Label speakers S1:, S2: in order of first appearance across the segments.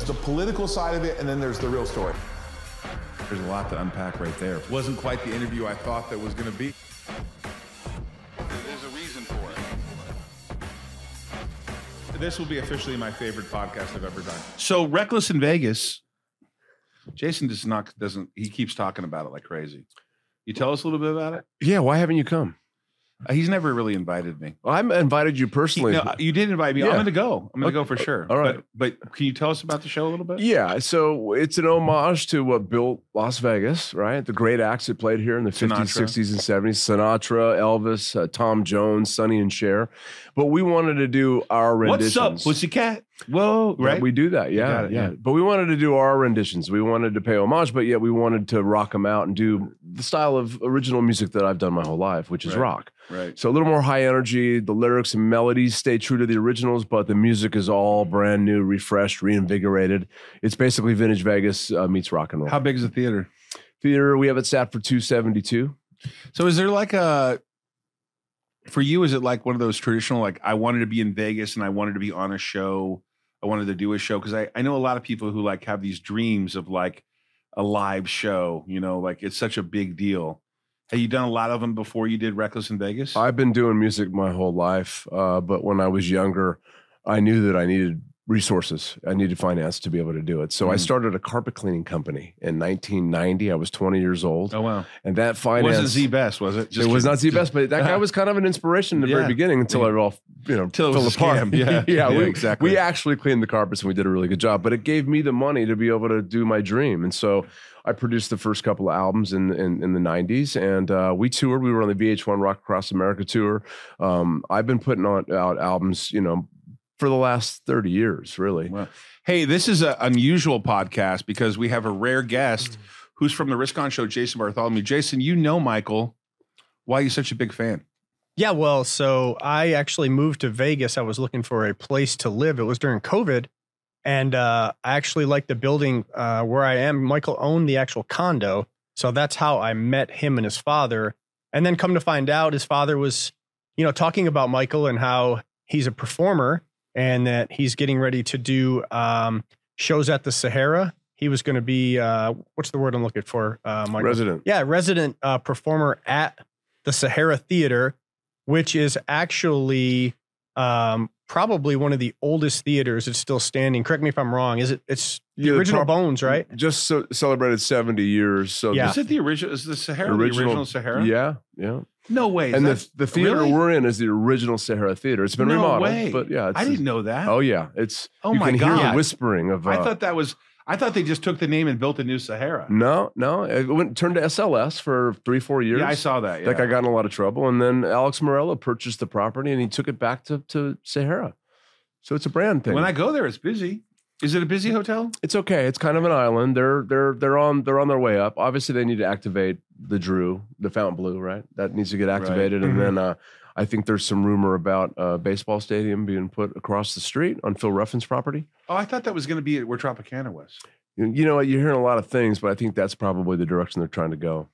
S1: the political side of it, and then there's the real story.
S2: There's a lot to unpack right there. Wasn't quite the interview I thought that was going to be.
S3: There's a reason for it.
S2: This will be officially my favorite podcast I've ever done. So Reckless in Vegas. Jason does not doesn't he keeps talking about it like crazy. You tell us a little bit about it.
S4: Yeah, why haven't you come?
S2: Uh, He's never really invited me.
S4: Well, I'm invited you
S2: He-
S4: personally.
S2: no, you did invite me. I'm
S4: Yeah.
S2: going to go. I'm going to go for sure.
S4: all right.
S2: But, but can you tell us about the show a little bit?
S4: yeah, so it's an homage to what built Las Vegas, right? The great acts that played here in the 50s,
S2: Sinatra.
S4: 60s, and 70s Sinatra, Elvis, uh, Tom Jones, Sonny and Cher. But we wanted to do our renditions.
S2: What's up, pussycat? Whoa,
S4: Right.
S2: right?
S4: we do that. Yeah,
S2: got it,
S4: yeah.
S2: yeah.
S4: But we wanted to do our renditions. We wanted to pay homage, but yet we wanted to rock them out and do the style of original music that I've done my whole life, which is
S2: Right.
S4: rock.
S2: right.
S4: So a little more high energy. The lyrics and melodies stay true to the originals, but the music is
S2: Mm-hmm.
S4: all brand new, refreshed, reinvigorated. It's basically vintage Vegas uh, meets rock and roll.
S2: How big is the theater?
S4: Theater, we have it sat for 272.
S2: So is there like a for you, is it like one of those traditional, like I wanted to be in Vegas and I wanted to be on a show, I wanted to do a show? Cause I, I know a lot of people who like have these dreams of like a live show, you know, like it's such a big deal. Have you done a lot of them before you did Reckless in Vegas?
S4: I've been doing music my whole life, uh, but when I was younger, I knew that I needed resources. I needed finance to be able to do it. So I
S2: Mhm.
S4: started a carpet cleaning company in 1990. I was 20 years old,
S2: oh wow.
S4: and that
S2: It
S4: finance
S2: wasn't Z Best, was it?
S4: it was
S2: kidding.
S4: not the best, but that guy was kind of an inspiration in the
S2: Yeah.
S4: very beginning until I all you know
S2: Till it
S4: fell
S2: was a
S4: apart.
S2: scam. Yeah.
S4: yeah,
S2: Yeah,
S4: we,
S2: exactly.
S4: We actually cleaned the carpets and we did a really good job, but it gave me the money to be able to do my dream, and so I produced the first couple of albums in in, in the '90s, and uh, we toured. We were on the VH1 Rock Across America tour. Um, I've been putting on out albums, you know, for the last thirty years, really.
S2: Wow. Hey, this is an unusual podcast because we have a rare guest who's from the Risk On Show, Jason Bartholomew. Jason, you know Michael. Why are you such a big fan?
S5: Yeah, well, so I actually moved to Vegas. I was looking for a place to live. It was during COVID. And uh, I actually like the building uh, where I am. Michael owned the actual condo. So that's how I met him and his father. And then come to find out, his father was, you know, talking about Michael and how he's a performer and that he's getting ready to do um, shows at the Sahara. He was going to be, uh, what's the word I'm looking for, uh, Michael?
S4: Resident.
S5: Yeah, resident uh, performer at the Sahara Theater, which is actually um, probably one of the oldest theaters. It's still standing. Correct me if I'm wrong. Is it? It's the
S4: Yeah, the prob-
S5: original
S4: Mm-hmm.
S5: Bones, right?
S4: Just so, celebrated seventy years. So
S5: Yeah.
S2: Is it the original? Is the Sahara the
S4: Original-
S2: original Sahara?
S4: yeah, yeah.
S2: No way. Is
S4: and
S2: that-
S4: the, the theater
S2: really?
S4: we're in is the original Sahara Theater. It's been
S2: No
S4: remodeled,
S2: way.
S4: but yeah, it's,
S2: I didn't know that.
S4: Oh yeah, it's
S2: Oh
S4: you
S2: my
S4: can hear
S2: God.
S4: the whispering of. Uh,
S2: I thought that was. I thought they just took the name and built a new Sahara.
S4: no, no, it went turned to SLS for three, four years.
S2: Yeah, I saw that. Yeah.
S4: That guy got in a lot of trouble, and then Alex Morello purchased the property and he took it back to to Sahara. So it's a brand thing.
S2: when I go there, it's busy. Is it a busy hotel?
S4: it's okay. It's kind of an island. They're they're they're on they're on their way up. Obviously, they need to activate the Drew, the Fountain Blue, right? That needs to get activated, and then
S2: Mm-hmm.
S4: uh, I think there's some rumor about a baseball stadium being put across the street on Phil Ruffin's property.
S2: Oh, I thought that was going to be where Tropicana was.
S4: You, you know, what? you're hearing a lot of things, but I think that's probably the direction they're trying to go.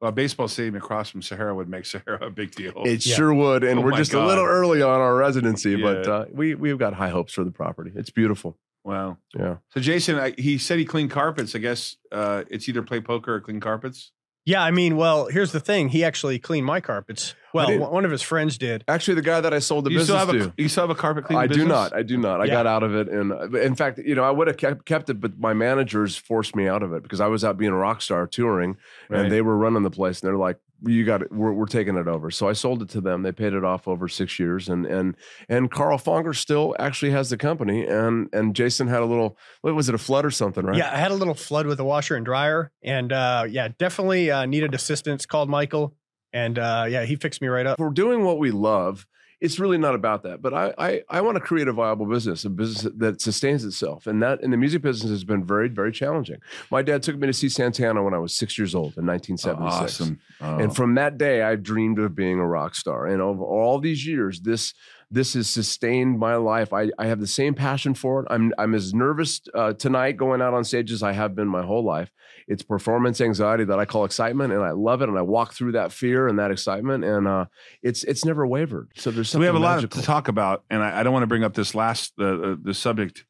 S2: Well, a baseball stadium across from Sahara would make Sahara a big deal.
S4: It
S5: Yeah.
S4: sure would, and
S2: Oh
S4: we're
S2: my
S4: just
S2: God.
S4: a little early on our residency, but
S2: Yeah.
S4: uh, we we've got high hopes for the property. It's beautiful.
S2: wow.
S4: Yeah.
S2: So Jason, I, he said he cleaned carpets. I guess uh, it's either play poker or clean carpets.
S5: Yeah, I mean, well, here's the thing. He actually cleaned my carpets. Well,
S4: did.
S5: one one of his friends did.
S4: Actually, the guy that I sold the
S2: you
S4: business
S2: still have
S4: to.
S2: a you still have a carpet cleaning.
S4: I do
S2: business?
S4: not. I do not. I
S5: Yeah.
S4: got out of it, and uh, in fact, you know, I would have kept, kept it, but my managers forced me out of it because I was out being a rock star touring,
S2: Right.
S4: and they were running the place, and they're like, "You got it. We're, we're taking it over." So I sold it to them. They paid it off over six years, and and and Carl Fonger still actually has the company, and and Jason had a little. What was it? A flood or something, right?
S5: Yeah, I had a little flood with the washer and dryer, and uh, yeah, definitely uh, needed assistance. Called Michael, and uh, yeah, he fixed me right up.
S4: if we're doing what we love, it's really not about that. But I, I, I want to create a viable business, a business that sustains itself. And that in the music business has been very, very challenging. My dad took me to see Santana when I was six years old in 1976.
S2: Awesome.
S4: And from that day, I dreamed of being a rock star. And over all these years, this this has sustained my life. I, I have the same passion for it. I'm I'm as nervous uh, tonight going out on stage as I have been my whole life. It's performance anxiety that I call excitement, and I love it. And I walk through that fear and that excitement, and uh, it's it's never wavered. So there's
S2: so
S4: something
S2: we have a lot
S4: magical.
S2: to talk about, and I, I don't want to bring up this last uh, uh, the subject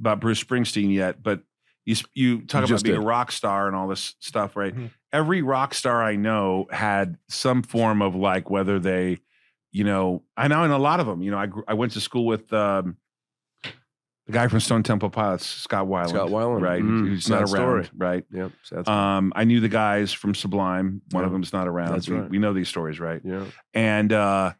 S2: about Bruce Springsteen yet, but you s- you talk about
S4: just
S2: being a
S4: did. Mm-hmm.
S2: rock star and all this stuff, right?
S5: Mhm.
S2: Every rock star I know had some form of like whether they, you know, I know in a lot of them. You know, I gr- I went to school with um, the guy from Stone Temple Pilots, Scott Weiland.
S4: Scott Weiland.
S2: right?
S4: Mm,
S2: Who's not around,
S4: sad story.
S2: right?
S4: Yep. so that's-
S2: Um, I knew the guys from Sublime. One of
S4: Yeah.
S2: them's not around.
S4: That's
S2: we,
S4: right.
S2: we know these stories, right?
S4: yeah.
S2: And uh,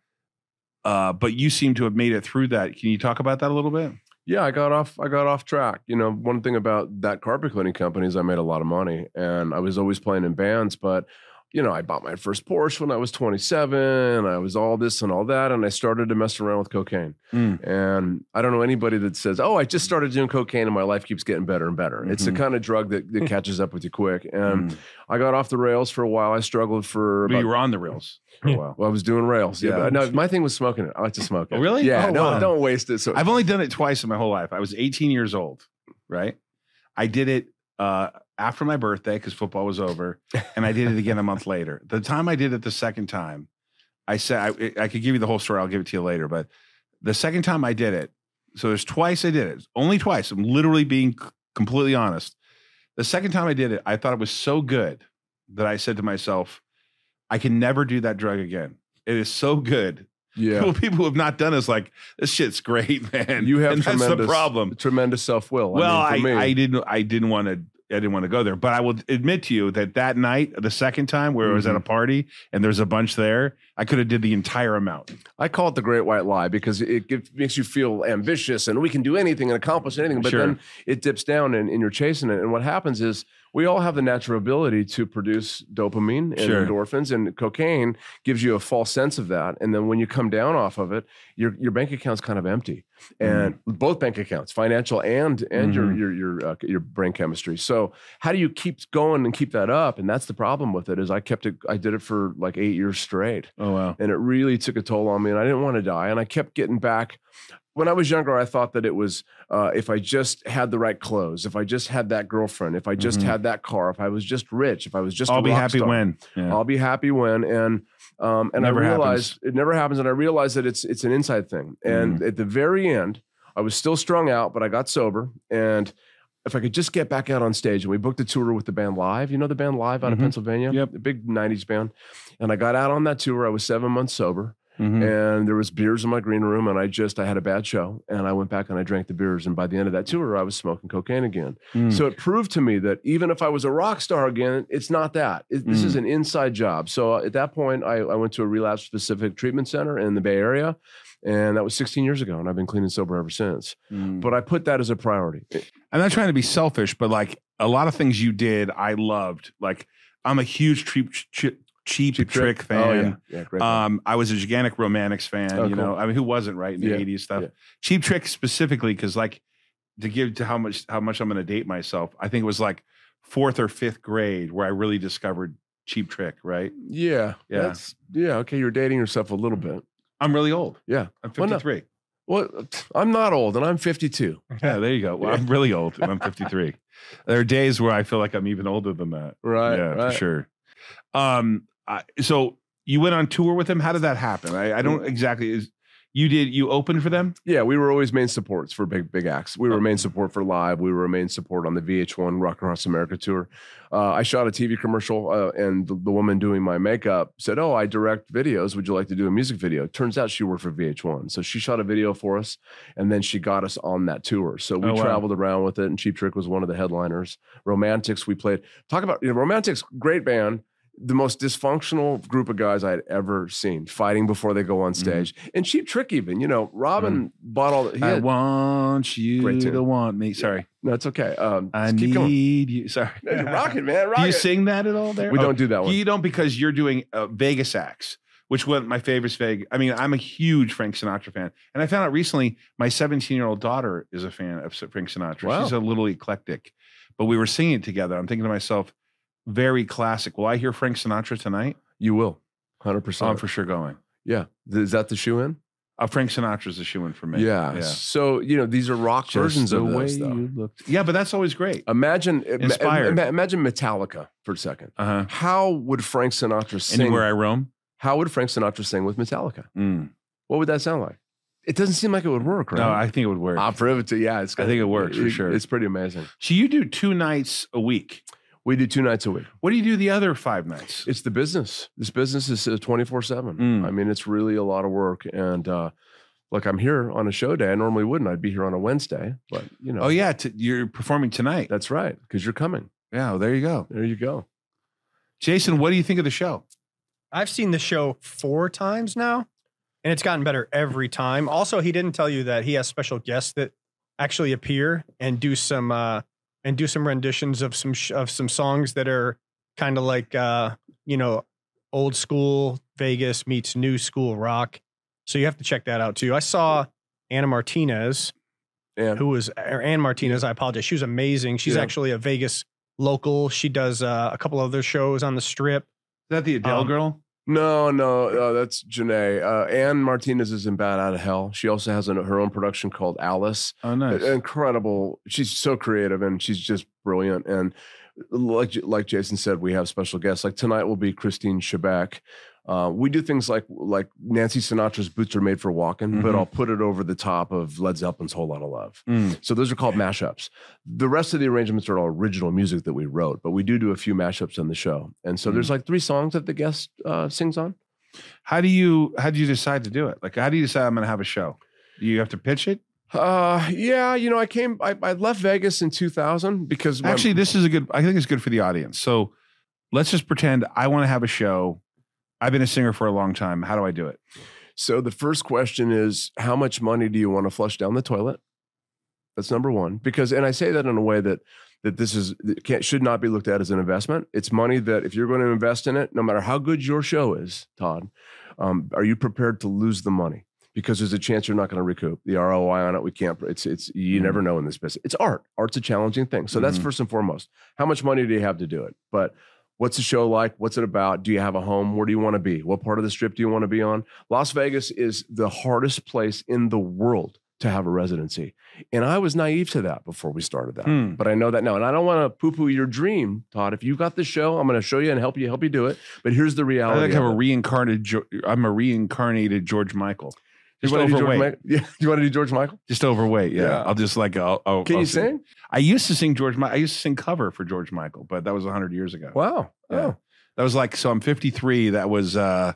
S2: uh, but you seem to have made it through that. Can you talk about that a little bit?
S4: yeah, I got off. I got off track. You know, one thing about that carpet cleaning company is I made a lot of money, and I was always playing in bands. But you know, I bought my first Porsche when I was 27. And I was all this and all that, and I started to mess around with cocaine.
S2: Mm.
S4: And I don't know anybody that says, "Oh, I just started doing cocaine, and my life keeps getting better and better." It's the
S2: Mhm.
S4: kind of drug that, that catches up with you quick. And
S2: Mm.
S4: I got off the rails for a while. I struggled for
S2: But
S4: about
S2: you were on the rails for a while.
S4: well, I was doing rails. Yeah.
S2: Yeah.
S4: but no, my thing was smoking it. I like to smoke it.
S2: Oh, really?
S4: Yeah.
S2: Oh,
S4: no,
S2: wow.
S4: don't waste it. So
S2: I've only done it twice in my whole life. I was 18 years old, right? I did it uh, after my birthday because football was over, and I did it again a month later. The time I did it the second time, I said I, I could give you the whole story. I'll give it to you later, but the second time I did it, so there's twice I did it, only twice. I'm literally being c- completely honest. The second time I did it, I thought it was so good that I said to myself, I can never do that drug again. It is so good
S4: yeah.
S2: Well, people who have not done is like this shit's great, man.
S4: You have
S2: and that's the
S4: tremendous-
S2: problem.
S4: Tremendous self will.
S2: Well, I,
S4: mean, for me,
S2: I didn't I didn't want to I didn't want to go there, but I will admit to you that that night, the second time where I was at a
S4: Mm-hmm.
S2: party and there's a bunch there, I could have did the entire amount.
S4: I call it the great white lie because it gives, makes you feel ambitious and we can do anything and accomplish anything. But
S2: Sure.
S4: then it dips down and, and you're chasing it. And what happens is we all have the natural ability to produce dopamine and
S2: Sure.
S4: endorphins, and cocaine gives you a false sense of that. And then when you come down off of it, your your bank account's kind of empty,
S2: Mm-hmm.
S4: and both bank accounts, financial and and
S2: Mhm.
S4: your your your uh, your brain chemistry. So how do you keep going and keep that up? And that's the problem with it is I kept it. I did it for like eight years straight
S2: Oh wow.
S4: and it really took a toll on me and i didn't want to die and i kept getting back when i was younger i thought that it was uh, if i just had the right clothes if i just had that girlfriend if i just
S2: Mhm.
S4: had that car if i was just rich if i was just a
S2: I'll be
S4: rock
S2: happy
S4: star,
S2: when. Yeah.
S4: i'll be happy when and um, and
S2: Never
S4: i
S2: happens.
S4: realized it never happens and i realized that it's it's an inside thing and
S2: Mm.
S4: at the very end i was still strung out but i got sober and if I could just get back out on stage, and we booked a tour with the band Live, you know the band Live out
S2: Mhm.
S4: of Pennsylvania,
S2: Yep.
S4: the big '90s band, and I got out on that tour. I was seven months sober,
S2: Mhm.
S4: and there was beers in my green room and i just i had a bad show and i went back and i drank the beers and by the end of that
S2: Hmm.
S4: tour i was smoking cocaine again
S2: Mm.
S4: so it proved to me that even if i was a rock star again it's not that It- this
S2: Hmm.
S4: is an inside job so uh, at that point I, I went to a relapse specific treatment center in the bay area and that was 16 years ago and i've been clean and sober ever since
S2: Mm.
S4: but i put that as a priority
S2: I'm not trying to be selfish, but like a lot of things you did, I loved. Like I'm a huge cheap cheap, cheap, trick, fan.
S4: oh, yeah. yeah great
S2: Um, I was a gigantic Romantics fan.
S4: Oh,
S2: you know,
S4: cool.
S2: I mean, who wasn't right in the
S4: Yeah,
S2: '80s stuff?
S4: yeah.
S2: Cheap Trick specifically, because like to give to how much how much I'm going to date myself. I think it was like fourth or fifth grade where I really discovered Cheap Trick. Right?
S4: yeah
S2: yeah.
S4: that's yeah okay you're dating yourself a little bit
S2: I'm really old.
S4: yeah
S2: I'm
S4: Well, no.
S2: 53.
S4: well i'm not old and i'm 52
S2: Yeah, there you go. Well, I'm really old. and I'm 53. there are days where I feel like I'm even older than that.
S4: right
S2: yeah,
S4: right.
S2: for sure. Um, I, so you went on tour with him. How did that happen? I, I
S4: Mm.
S2: don't exactly. Is you did you opened for them?
S4: Yeah, we were always main supports for big big acts. We were main support for live. We were main support on the VH1 Rock Across America tour. Uh, I shot a TV commercial, uh, and the, the woman doing my makeup said, "Oh, I direct videos. Would you like to do a music video?" Turns out she worked for VH1, so she shot a video for us, and then she got us on that tour. So we
S2: Oh, wow.
S4: traveled around with it, and Cheap Trick was one of the headliners. Romantics, we played. Talk about you know, Romantics, great band the most dysfunctional group of guys I'd ever seen fighting before they go on stage. And Cheap Trick, even, you know, Robin bought all the. he
S2: Mm. I
S4: had-
S2: want you
S4: Great
S2: to
S4: tune.
S2: want me. Sorry,
S4: no, it's okay. Um,
S2: I
S4: just
S2: need
S4: keep going.
S2: you. Sorry,
S4: No, You're rocking, man.
S2: Do
S4: Rock
S2: you
S4: it.
S2: sing that at all? There,
S4: we
S2: Oh,
S4: don't do that one.
S2: You don't because you're doing uh, Vegas acts, which was my favorite Vegas. I mean, I'm a huge Frank Sinatra fan, and I found out recently my 17 year old daughter is a fan of Frank Sinatra.
S4: Wow.
S2: She's a little eclectic, but we were singing it together. I'm thinking to myself, very classic. Will I hear Frank Sinatra tonight?
S4: You will.
S2: Oh, I'm
S4: 100%.
S2: for sure going.
S4: yeah. Th- Is that the shoe in?
S2: Uh, Frank Sinatra's a shoe in for me.
S4: Yeah.
S2: yeah,
S4: So, you know, these are rock
S2: Just
S4: versions
S2: the
S4: of
S2: way
S4: this, though.
S2: you yeah, but that's always great.
S4: Imagine, eh,
S2: Inspired.
S4: ima- imagine Metallica for a second.
S2: Uh huh.
S4: How would Frank Sinatra Uh-huh. sing?
S2: Anywhere I roam.
S4: How would Frank Sinatra sing with Metallica?
S2: Mm.
S4: What would that sound like? It doesn't seem like it would work, right?
S2: No, I think it would work.
S4: I'll prove it to you. Yeah, it's
S2: I think it works for sure.
S4: It's pretty amazing.
S2: so you do two nights a week.
S4: We do two nights a week.
S2: What do you do the other five nights?
S4: It's the business. This business is twenty four seven.
S2: Mm.
S4: I mean, it's really a lot of work. And uh, look, I'm here on a show day. I normally wouldn't. I'd be here on a Wednesday, but you know.
S2: Oh yeah, t- you're performing tonight.
S4: that's right. Because you're coming.
S2: Yeah, well, there you go.
S4: There you go.
S2: Jason, what do you think of the show?
S5: I've seen the show four times now, and it's gotten better every time. Also, he didn't tell you that he has special guests that actually appear and do some uh, and do some renditions of some sh- of some songs that are kind of like uh, you know old school Vegas meets new school rock. So you have to check that out too. I saw Anna Martinez,
S4: And
S5: who was or Ann Martinez. I apologize. She was amazing. She's
S4: Yeah.
S5: actually a Vegas local. She does uh, a couple other shows on the Strip.
S2: Is that the Adele
S5: Um,
S2: girl?
S4: no, no, uh, that's Janae. Uh, Ann Martinez is in Bad Out of Hell. She also has an, her own production called Alice.
S2: Oh, nice.
S4: incredible. She's so creative and she's just brilliant. And like like Jason said, we have special guests. Like tonight will be Christine Shebeck. Uh, we do things like like Nancy Sinatra's "Boots Are Made for Walking," but
S2: Mhm.
S4: I'll put it over the top of Led Zeppelin's "Whole Lot of Love."
S2: Mm.
S4: So those are called mashups. The rest of the arrangements are all original music that we wrote, but we do do a few mashups on the show. And so
S2: Mm.
S4: there's like three songs that the guest uh, sings on.
S2: How do you how do you decide to do it? Like, how do you decide I'm going to have a show? Do you have to pitch it?
S4: Uh, yeah, you know, I came, I, I left Vegas in 2000 because when-
S2: Actually, this is a good. I think it's good for the audience. So, let's just pretend I want to have a show. I've been a singer for a long time. How do I do it?
S4: So the first question is how much money do you want to flush down the toilet? That's number one. Because and I say that in a way that that this is that can't, should not be looked at as an investment. It's money that if you're going to invest in it, no matter how good your show is, Todd, um, are you prepared to lose the money? Because there's a chance you're not going to recoup the ROI on it. We can't. It's it's you never know in this business. It's art. Art's a challenging thing. So that's
S2: Mhm.
S4: first and foremost. How much money do you have to do it? But what's the show like? What's it about? Do you have a home? Where do you want to be? What part of the strip do you want to be on? Las Vegas is the hardest place in the world to have a residency. And I was naive to that before we started that.
S2: Hmm.
S4: But I know that now. And I don't want to poo poo your dream, Todd. If you've got the show, I'm going to show you and help you help you do it. But here's the
S2: I
S4: reality.
S2: like to have
S4: of
S2: a
S4: it.
S2: reincarnated. Jo- I'm a reincarnated George Michael.
S4: You
S2: Just
S4: wanna do George
S2: overweight.
S4: Michael? Yeah. You want to do George Michael?
S2: Just overweight. Yeah.
S4: Yeah.
S2: I'll just like. I'll, I'll,
S4: Can
S2: I'll
S4: you
S2: sing.
S4: sing?
S2: I used to sing George. Mi- I used to sing cover for George Michael, but that was hundred years ago.
S4: Wow.
S2: Yeah.
S4: Oh.
S2: That was like so. I'm 53. That was uh,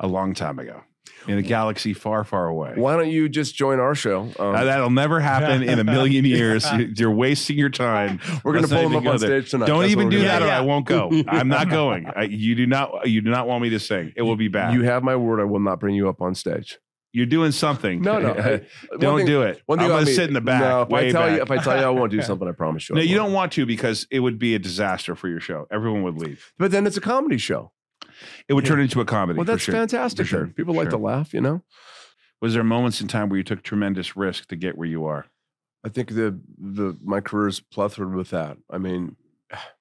S2: a long time ago in a galaxy far, far away.
S4: Why don't you just join our show? Um,
S2: Uh, that'll never happen in a million years. You- You're wasting your time.
S4: we're going
S2: Let's
S4: to
S2: not
S4: pull him
S2: even
S4: up
S2: go
S4: on
S2: there.
S4: stage tonight.
S2: Don't
S4: That's
S2: even
S4: what
S2: do
S4: we're
S2: that,
S4: gonna
S2: or
S5: Yeah,
S2: I
S5: yeah.
S2: won't go. I'm not going. I, you do not. You do not want me to sing. It will be bad.
S4: You
S2: You,
S4: have my word. I will not bring you up on stage.
S2: are doing something.
S4: No, no. Hey, one
S2: Don't
S4: thing-
S2: do it.
S4: One thing
S2: I'm
S4: about
S2: gonna
S4: me-
S2: sit in the back.
S4: No, if
S2: way
S4: I tell
S2: back.
S4: you, if I tell you I won't do something, I promise you. I
S2: no, you
S4: won't.
S2: don't want to because it would be a disaster for your show. Everyone would leave.
S4: But then it's a comedy show.
S2: It would turn into a comedy.
S4: Well,
S2: for
S4: that's
S2: sure.
S4: fantastic.
S2: For sure.
S4: then. People like to
S2: Sure.
S4: laugh, you know.
S2: Was there moments in time where you took tremendous risk to get where you are?
S4: I think the the my career's plethored with that. I mean,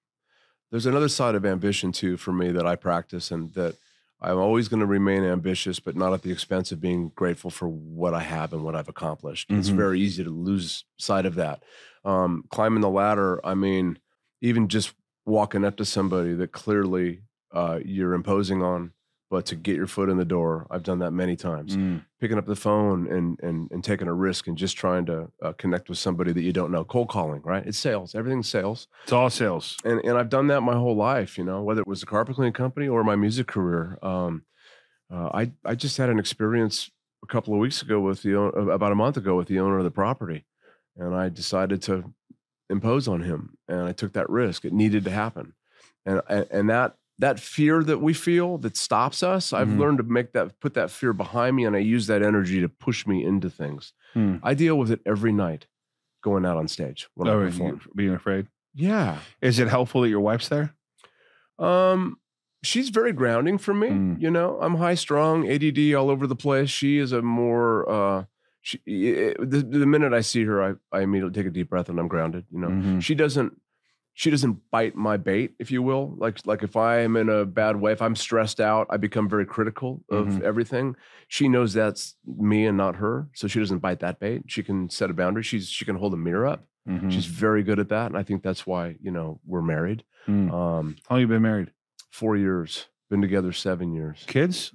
S4: there's another side of ambition too for me that I practice and that I'm always going to remain ambitious, but not at the expense of being grateful for what I have and what I've accomplished. It's
S2: Mhm.
S4: very easy to lose sight of that. Um, climbing the ladder, I mean, even just walking up to somebody that clearly uh, you're imposing on, but to get your foot in the door, I've done that many times
S2: Mm.
S4: picking up the phone and and and taking a risk and just trying to uh, connect with somebody that you don't know cold calling right it's sales everything's sales
S2: It's all sales.
S4: and and i've done that my whole life you know whether it was the carpet cleaning company or my music career um uh, i i just had an experience a couple of weeks ago with the own- about a month ago with the owner of the property and i decided to impose on him and i took that risk it needed to happen and and, and that that fear that we feel that stops us i've
S2: Mhm.
S4: learned to make that put that fear behind me and i use that energy to push me into things
S2: Hmm.
S4: i deal with it every night going out on stage when
S2: Oh,
S4: i
S2: you-
S4: perform
S2: being afraid.
S4: yeah
S2: Is it helpful that your wife's there?
S4: um she's very grounding for me
S2: Mm.
S4: you know i'm high strung add all over the place she is a more uh she, i- i- the, the minute i see her I, I immediately take a deep breath and i'm grounded you know
S2: Mm-hmm, Mm.
S4: she doesn't she doesn't bite my bait if you will like like if i am in a bad way if i'm stressed out i become very critical of
S2: Mhm.
S4: everything she knows that's me and not her so she doesn't bite that bait she can set a boundary she's she can hold a mirror up
S2: Mhm.
S4: she's very good at that and i think that's why you know we're married
S2: Mm. How
S4: um
S2: long you been married?
S4: four years been together seven years
S2: Kids?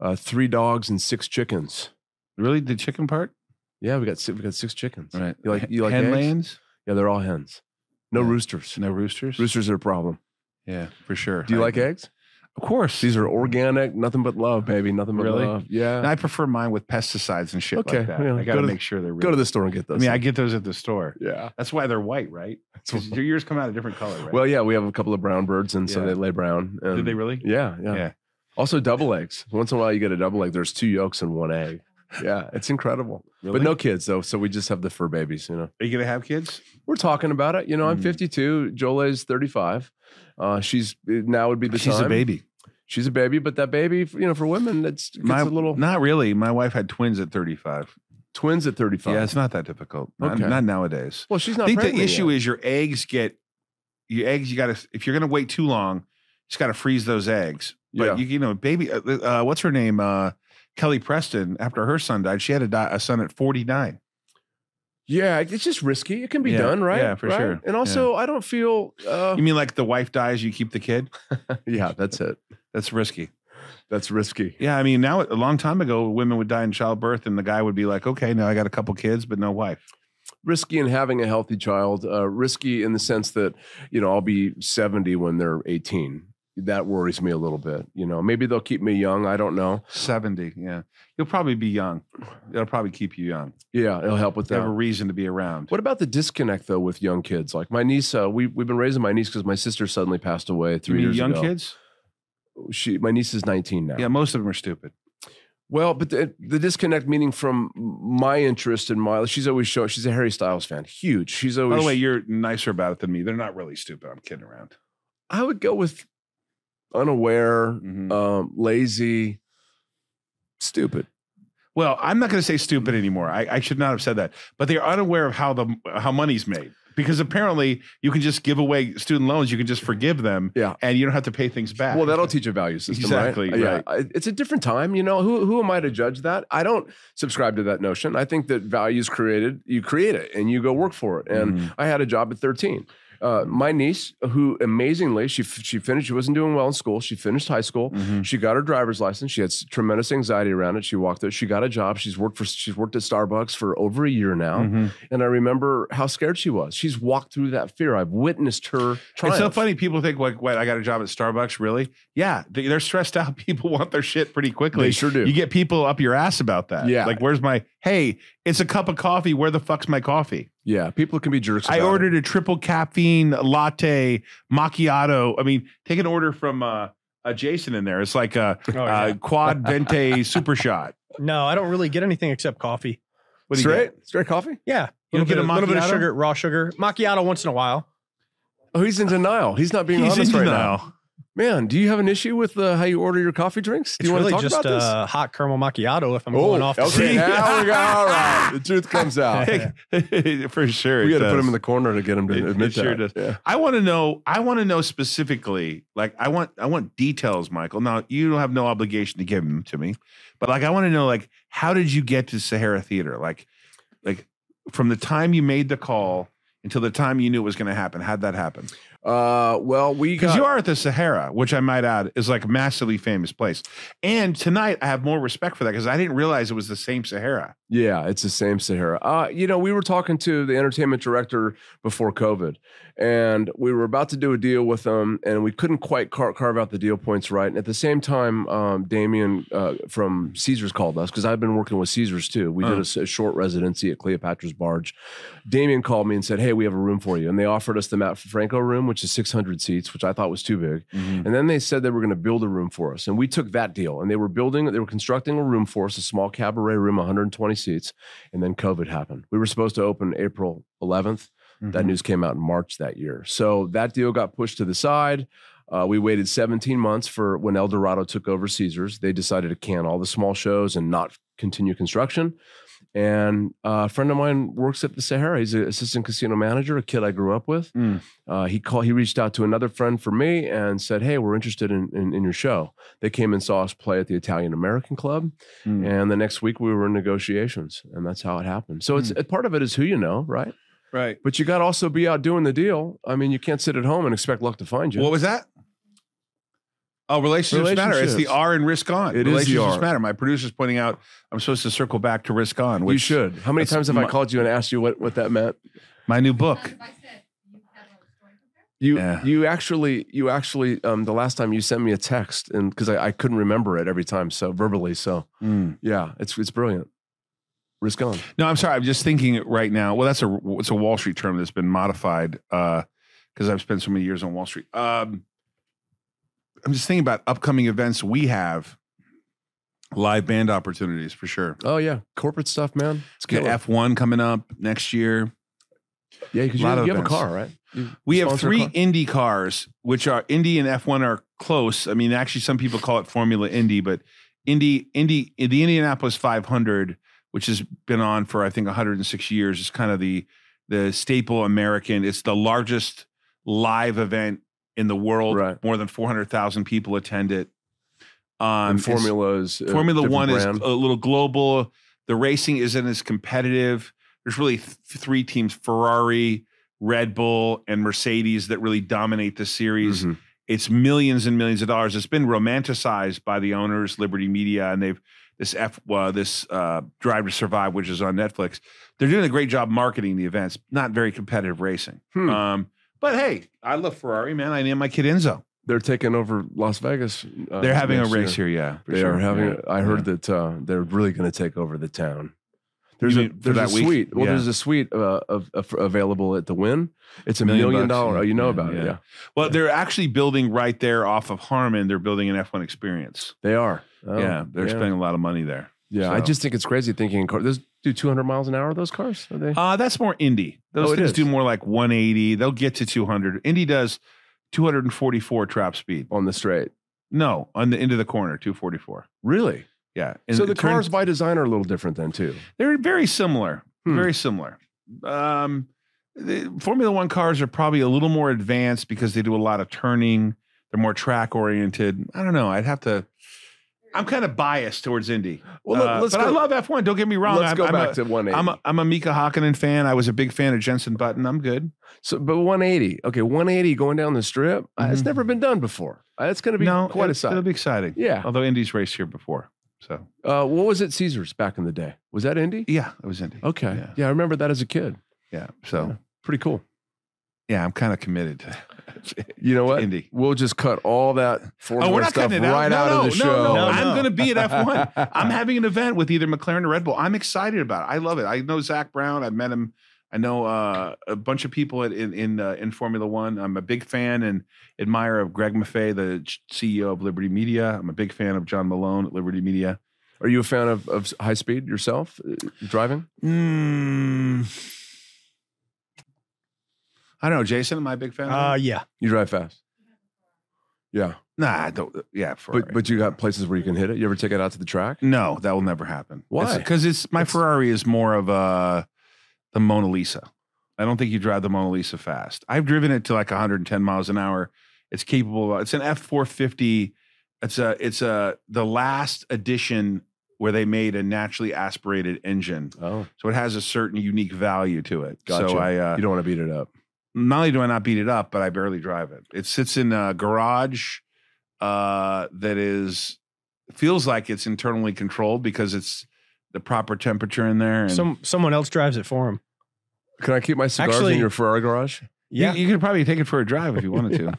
S4: uh three dogs and six chickens
S2: Really, the chicken part?
S4: Yeah, we got six, we got six chickens.
S2: All right.
S4: You like- you like
S2: hen
S4: eggs?
S2: lands?
S4: Yeah, they're all hens. No
S2: Yeah.
S4: roosters.
S2: No roosters.
S4: Roosters are a problem.
S2: Yeah, for sure.
S4: Do you
S2: I-
S4: like eggs?
S2: Of course.
S4: These are organic, nothing but love, baby. Nothing but
S2: Really?
S4: love. Yeah.
S2: And I prefer mine with pesticides and shit
S4: Okay,
S2: like that.
S4: yeah,
S2: I
S4: go
S2: got to
S4: to the-
S2: make sure they're. Real.
S4: Go to the store and get
S2: I
S4: those.
S2: mean, I get those at the store.
S4: yeah.
S2: That's why they're white, right? 'Cause your yours come out a different color, right?
S4: Well, yeah, we have a couple of brown birds, and so
S2: Yeah.
S4: they lay brown. And
S2: do they really?
S4: Yeah, yeah,
S2: Yeah.
S4: Also, double eggs. Once in a while, you get a double egg. There's two yolks and one egg. Yeah, it's incredible.
S2: Really?
S4: But no kids though, so we just have the fur babies. You know,
S2: Are you gonna have kids?
S4: we're talking about it. You know, I'm
S2: Mm.
S4: 52. Jole's 35. Uh, she's now would be the
S2: She's
S4: time.
S2: a baby.
S4: She's a baby, but that baby, you know, for women, it's, it's
S2: My,
S4: a little
S2: Not really. My wife had twins at 35.
S4: twins at 35.
S2: Yeah, it's not that difficult. Not,
S4: Okay.
S2: not nowadays.
S4: Well, she's not.
S2: I think the
S4: pregnant
S2: issue
S4: yet.
S2: is your eggs get your eggs. You got to if you're gonna wait too long, you just got to freeze those eggs. But
S4: Yeah.
S2: you, you know, baby, uh, uh, what's her name? Uh, Kelly Preston. After her son died, she had a, di- a son at 49.
S4: yeah, it's just risky. It can be
S2: Yeah,
S4: done, right?
S2: yeah, for
S4: Right?
S2: sure.
S4: And also, I don't feel. Uh,
S2: You mean like the wife dies, you keep the kid?
S4: yeah, that's it.
S2: That's risky.
S4: That's risky.
S2: Yeah, I mean, now a long time ago, women would die in childbirth, and the guy would be like, "Okay, now I got a couple kids, but no wife."
S4: risky in having a healthy child uh, risky in the sense that you know i'll be 70 when they're 18 that worries me a little bit you know maybe they'll keep me young i don't know
S2: Seventy. Yeah, you'll probably be young. It'll probably keep you young.
S4: yeah it'll help with
S2: They have a
S4: that
S2: reason to be around.
S4: what about the disconnect though with young kids like my niece uh, we, we've been raising my niece because my sister suddenly passed away
S2: you
S4: three
S2: mean
S4: years
S2: young
S4: ago
S2: kids?
S4: she my niece is 19 now
S2: Yeah, most of them are stupid.
S4: Well, but the, the disconnect meaning from my interest in my she's always showing she's a Harry Styles fan, huge. She's always
S2: By the way, you're nicer about it than me. They're not really stupid. I'm kidding around.
S4: I would go with unaware,
S2: Mhm.
S4: um, lazy, stupid.
S2: Well, I'm not going to say stupid anymore. I, I should not have said that. But they're unaware of how the how money's made because apparently you can just give away student loans. You can just forgive them.
S4: Yeah.
S2: and you don't have to pay things back.
S4: Well, that'll teach a value system, right?
S2: Exactly,
S4: Yeah,
S2: right.
S4: I- it's a different time. You know, who who am I to judge that? I don't subscribe to that notion. I think that value is created. You create it, and you go work for it. And
S2: Mhm.
S4: I had a job at thirteen. Uh, my niece, who amazingly, she f- she finished. She wasn't doing well in school. She finished high school.
S2: Mhm.
S4: She got her driver's license. She had s- tremendous anxiety around it. She walked it. She got a job. She's worked for. She's worked at Starbucks for over a year now.
S2: Mhm.
S4: And I remember how scared she was. She's walked through that fear. I've witnessed her triumph.
S2: It's so funny. People think like, "What? I got a job at Starbucks? Really? Yeah." They, they're stressed out. People want their shit pretty quickly.
S4: They sure do.
S2: You get people up your ass about that.
S4: Yeah.
S2: Like, where's my? Hey, it's a cup of coffee. Where the fuck's my coffee?
S4: yeah, people can be jerks.
S2: I
S4: about it.
S2: ordered a triple caffeine latte macchiato. I mean, take an order from uh, uh Jason in there. It's like a,
S5: Oh, yeah.
S2: uh quad vente super shot.
S5: no, I don't really get anything except coffee.
S2: What do you
S4: straight,
S2: get?
S4: straight coffee.
S5: Yeah.
S2: You don't
S5: little,
S2: get
S5: bit,
S2: a
S5: of- little bit of
S2: macchiato?
S5: sugar, raw sugar. Macchiato once in a while.
S4: Oh, he's in denial. He's not being
S2: He's
S4: honest
S2: in
S4: right now.
S2: denial.
S4: Man, do you have an issue with uh, how you order your coffee drinks? Do
S5: It's
S4: you
S5: really
S4: want to talk
S5: just
S4: about this?
S5: uh, hot caramel macchiato if I'm going
S2: Oh,
S5: off the
S4: Oh, okay.
S5: grid.
S4: Now we go. All right, the truth comes out.
S2: For sure.
S4: we
S2: it
S4: got to put
S2: does.
S4: him in the corner to get him to
S2: It-
S4: admit
S2: it sure
S4: that. Yeah.
S2: I want to know. I want to know specifically. Like, I want. I want details, Michael. Now, you don't have no obligation to give them to me, but like, I want to know. Like, how did you get to Sahara Theater? Like, like from the time you made the call until the time you knew it was going to happen. How'd that happen?
S4: Uh, well, we
S2: Because
S4: got.
S2: you are at the Sahara, which I might add is like a massively famous place. And tonight, I have more respect for that because I didn't realize it was the same Sahara.
S4: Yeah, it's the same Sahara. Uh, you know, we were talking to the entertainment director before COVID, and we were about to do a deal with them, and we couldn't quite car- carve out the deal points right. And at the same time, um, Damien uh, from Caesars called us because I've been working with Caesars too. We did a s- a, short residency at Cleopatra's Barge. Damien called me and said, "Hey, we have a room for you," and they offered us the Matt Franco room, which is 600 seats, which I thought was too big. And then they said they were going to build a room for us. And we took that deal. And they were building, they were constructing a room for us, a small cabaret room, 120 seats. And then COVID happened. We were supposed to open April 11th. That news came out in March that year. So that deal got pushed to the side. Uh, we waited 17 months for when El Dorado took over Caesars. They decided to can all the small shows and not continue construction. And uh, a friend of mine works at the Sahara. He's an assistant casino manager, a kid I grew up with.
S2: Mm.
S4: Uh, he called. He reached out to another friend for me and said, "Hey, we're interested in in, in your show." They came and saw us play at the Italian American Club,
S2: Mm.
S4: and the next week we were in negotiations, and that's how it happened. So
S2: Hmm.
S4: it's part of it is who you know, right?
S2: Right.
S4: But you got to also be out doing the deal. I mean, you can't sit at home and expect luck to find you.
S2: What was that? Oh, relationships, matter. It's the
S4: Relationships.
S2: R in risk on.
S4: It is the
S2: relationships
S4: R.
S2: matter. My producer's pointing out I'm supposed to circle back to risk on, which
S4: you should. How many
S2: that's
S4: times have I
S2: my-
S4: called you and asked you what, what that meant?
S2: my new book.
S3: I said, you have a story prepared?
S4: You
S2: Yeah.
S4: you actually you actually um the last time you sent me a text and because I, I couldn't remember it every time so verbally so
S2: Mm.
S4: yeah it's it's brilliant. Risk on.
S2: No, I'm sorry. I'm just thinking right now. Well, that's a it's a Wall Street term that's been modified because I've spent so many years on Wall Street. Um, I'm just thinking about upcoming events we have, live band opportunities for sure.
S4: Oh yeah, corporate stuff, man. It's
S2: Got
S4: killer.
S2: F1 coming up next year.
S4: yeah, because you,
S2: lot of
S4: you have a
S2: events.
S4: car, right? You
S2: We have
S4: sponsor a
S2: three
S4: car?
S2: Indy cars, which are Indy and F1 are close. I mean, actually, some people call it Formula Indy, but Indy, Indy, the Indianapolis 500, which has been on for I think 106 years, is kind of the the staple American. It's the largest live event in the world.
S4: Right.
S2: More than 400,000 people attend it. Um,
S4: And
S2: it's-
S4: Formula is a
S2: Formula
S4: different
S2: One
S4: brand.
S2: is a little global. The racing isn't as competitive. There's really th- three teams: Ferrari, Red Bull, and Mercedes that really dominate the series.
S4: Mhm.
S2: It's millions and millions of dollars. It's been romanticized by the owners, Liberty Media, and they've this F uh, this uh, Drive to Survive, which is on Netflix. They're doing a great job marketing the events. Not very competitive racing.
S4: Hmm.
S2: Um, but hey, I love Ferrari, man. I named my kid Enzo.
S4: They're taking over Las Vegas. uh,
S2: They're having a
S4: next year.
S2: race here, yeah. for
S4: They
S2: sure.
S4: are having.
S2: Yeah.
S4: I heard that uh, they're really going to take over the town. There's
S2: You
S4: a
S2: mean for
S4: there's
S2: that
S4: a
S2: week?
S4: suite. Well,
S2: Yeah.
S4: there's a suite uh, of, of available at the Win. It's a
S2: Million
S4: million, million
S2: bucks,
S4: dollar.
S2: yeah.
S4: Oh, you know
S2: Yeah,
S4: about
S2: yeah.
S4: it. Yeah,
S2: Well, they're actually building right there off of Harmon. They're building an F1 experience.
S4: they are. Oh,
S2: yeah, they're spending a lot of money there.
S4: Yeah, I
S2: so.
S4: just think it's crazy thinking. in Car- those do 200 miles an hour. Those cars are they?
S2: Uh, that's more Indy. Those
S4: Oh, it
S2: things
S4: is.
S2: do more like 180. They'll get to 200. Indy does 244 trap speed.
S4: on the straight.
S2: No, on the into the corner, 244.
S4: Really?
S2: Yeah. And
S4: so the
S2: it turns-
S4: cars by design are a little different then too.
S2: they're very similar.
S4: Hmm.
S2: Very similar. Um, the Formula One cars are probably a little more advanced because they do a lot of turning. They're more track oriented. I don't know. I'd have to. I'm kind of biased towards Indy.
S4: Well, let-
S2: Uh,
S4: let's
S2: but
S4: go.
S2: I love F1. Don't get me wrong.
S4: Let's
S2: I'm,
S4: go
S2: I'm
S4: back
S2: a,
S4: to 180.
S2: I'm a, I'm a Mika Hakkinen fan. I was a big fan of Jensen Button. I'm good.
S4: So, but 180. Okay, 180 going down the strip. Uh, it's
S2: Mhm.
S4: never been done before. Uh, it's going to be quite a
S2: it's- it'll
S4: sight.
S2: be exciting.
S4: yeah.
S2: Although Indy's raced here before, so
S4: Uh, what was it? Caesars back in the day. Was that Indy?
S2: yeah, it was Indy.
S4: Okay. Yeah.
S2: Yeah.
S4: I remember that as a kid.
S2: Yeah. So
S4: Pretty cool.
S2: yeah, I'm kind of committed.
S4: You know what?
S2: Indy.
S4: We'll just cut all that Formula
S2: Oh, we're
S4: One
S2: not
S4: stuff
S2: cutting it out.
S4: right
S2: no,
S4: out
S2: no,
S4: of the
S2: no,
S4: show.
S2: No,
S5: No,
S2: I'm
S5: no.
S2: going to be at F1. I'm having an event with either McLaren or Red Bull. I'm excited about it. I love it. I know Zach Brown. I've met him. I know uh, a bunch of people at, in in uh, in Formula One. I'm a big fan and admirer of Greg Maffei, the ch- CEO of Liberty Media. I'm a big fan of John Malone at Liberty Media.
S4: Are you a fan of, of high speed yourself uh, driving?
S2: Mm. I don't know, Jason. Am I a big fan? of
S5: Uh,
S2: him?
S5: yeah.
S4: You drive fast. Yeah.
S2: nah, I don't. Yeah, Ferrari.
S4: But but you got places where you can hit it. You ever take it out to the track?
S2: No, that will never happen.
S4: Why?
S2: Because it's, my
S4: It's-
S2: Ferrari is more of a the Mona Lisa. I don't think you drive the Mona Lisa fast. I've driven it to like 110 miles an hour. It's capable. Of, it's an F450. It's a it's a the last edition where they made a naturally aspirated engine,
S4: Oh.
S2: so it has a certain unique value to it.
S4: Gotcha.
S2: So I uh,
S4: You don't want to beat it up.
S2: not only do I not beat it up, but I barely drive it. It sits in a garage uh, that is feels like it's internally controlled because it's the proper temperature in there. And
S5: Some someone else drives it for him.
S4: Can I keep my cigars
S5: Actually-
S4: in your Ferrari garage?
S2: you,
S5: Yeah.
S2: you could probably take it for a drive if you wanted to.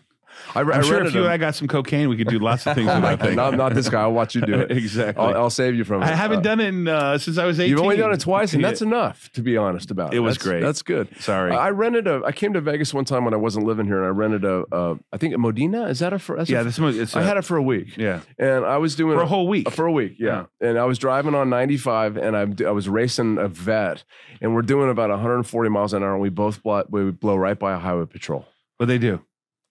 S4: I, re-
S2: I'm
S4: I
S2: sure
S4: rented
S2: if you
S4: them.
S2: and I got some cocaine, we could do lots of things with that thing.
S4: Oh not, not this guy. I'll watch you do it.
S2: exactly.
S4: I'll, I'll save you from
S2: I
S4: it.
S2: haven't
S4: Uh,
S2: done it in, uh, since I was 18.
S4: You've only done it twice, and
S2: Yeah.
S4: that's enough to be honest about it.
S2: It was
S4: That's-
S2: great.
S4: That's good.
S2: Sorry.
S4: I I rented a. I came to Vegas one time when I wasn't living here, and I rented a. a I think a Modena. Is that a? For, that's a-
S2: yeah, this is. It's
S4: I
S2: a-
S4: had it for a week,
S2: yeah
S4: and I was doing
S2: for a whole week.
S4: for a week, yeah. And I was driving on 95, and I'm, I was racing a vet, and we're doing about 140 miles an hour, and we both blow, we blow right by a highway patrol.
S2: what they do?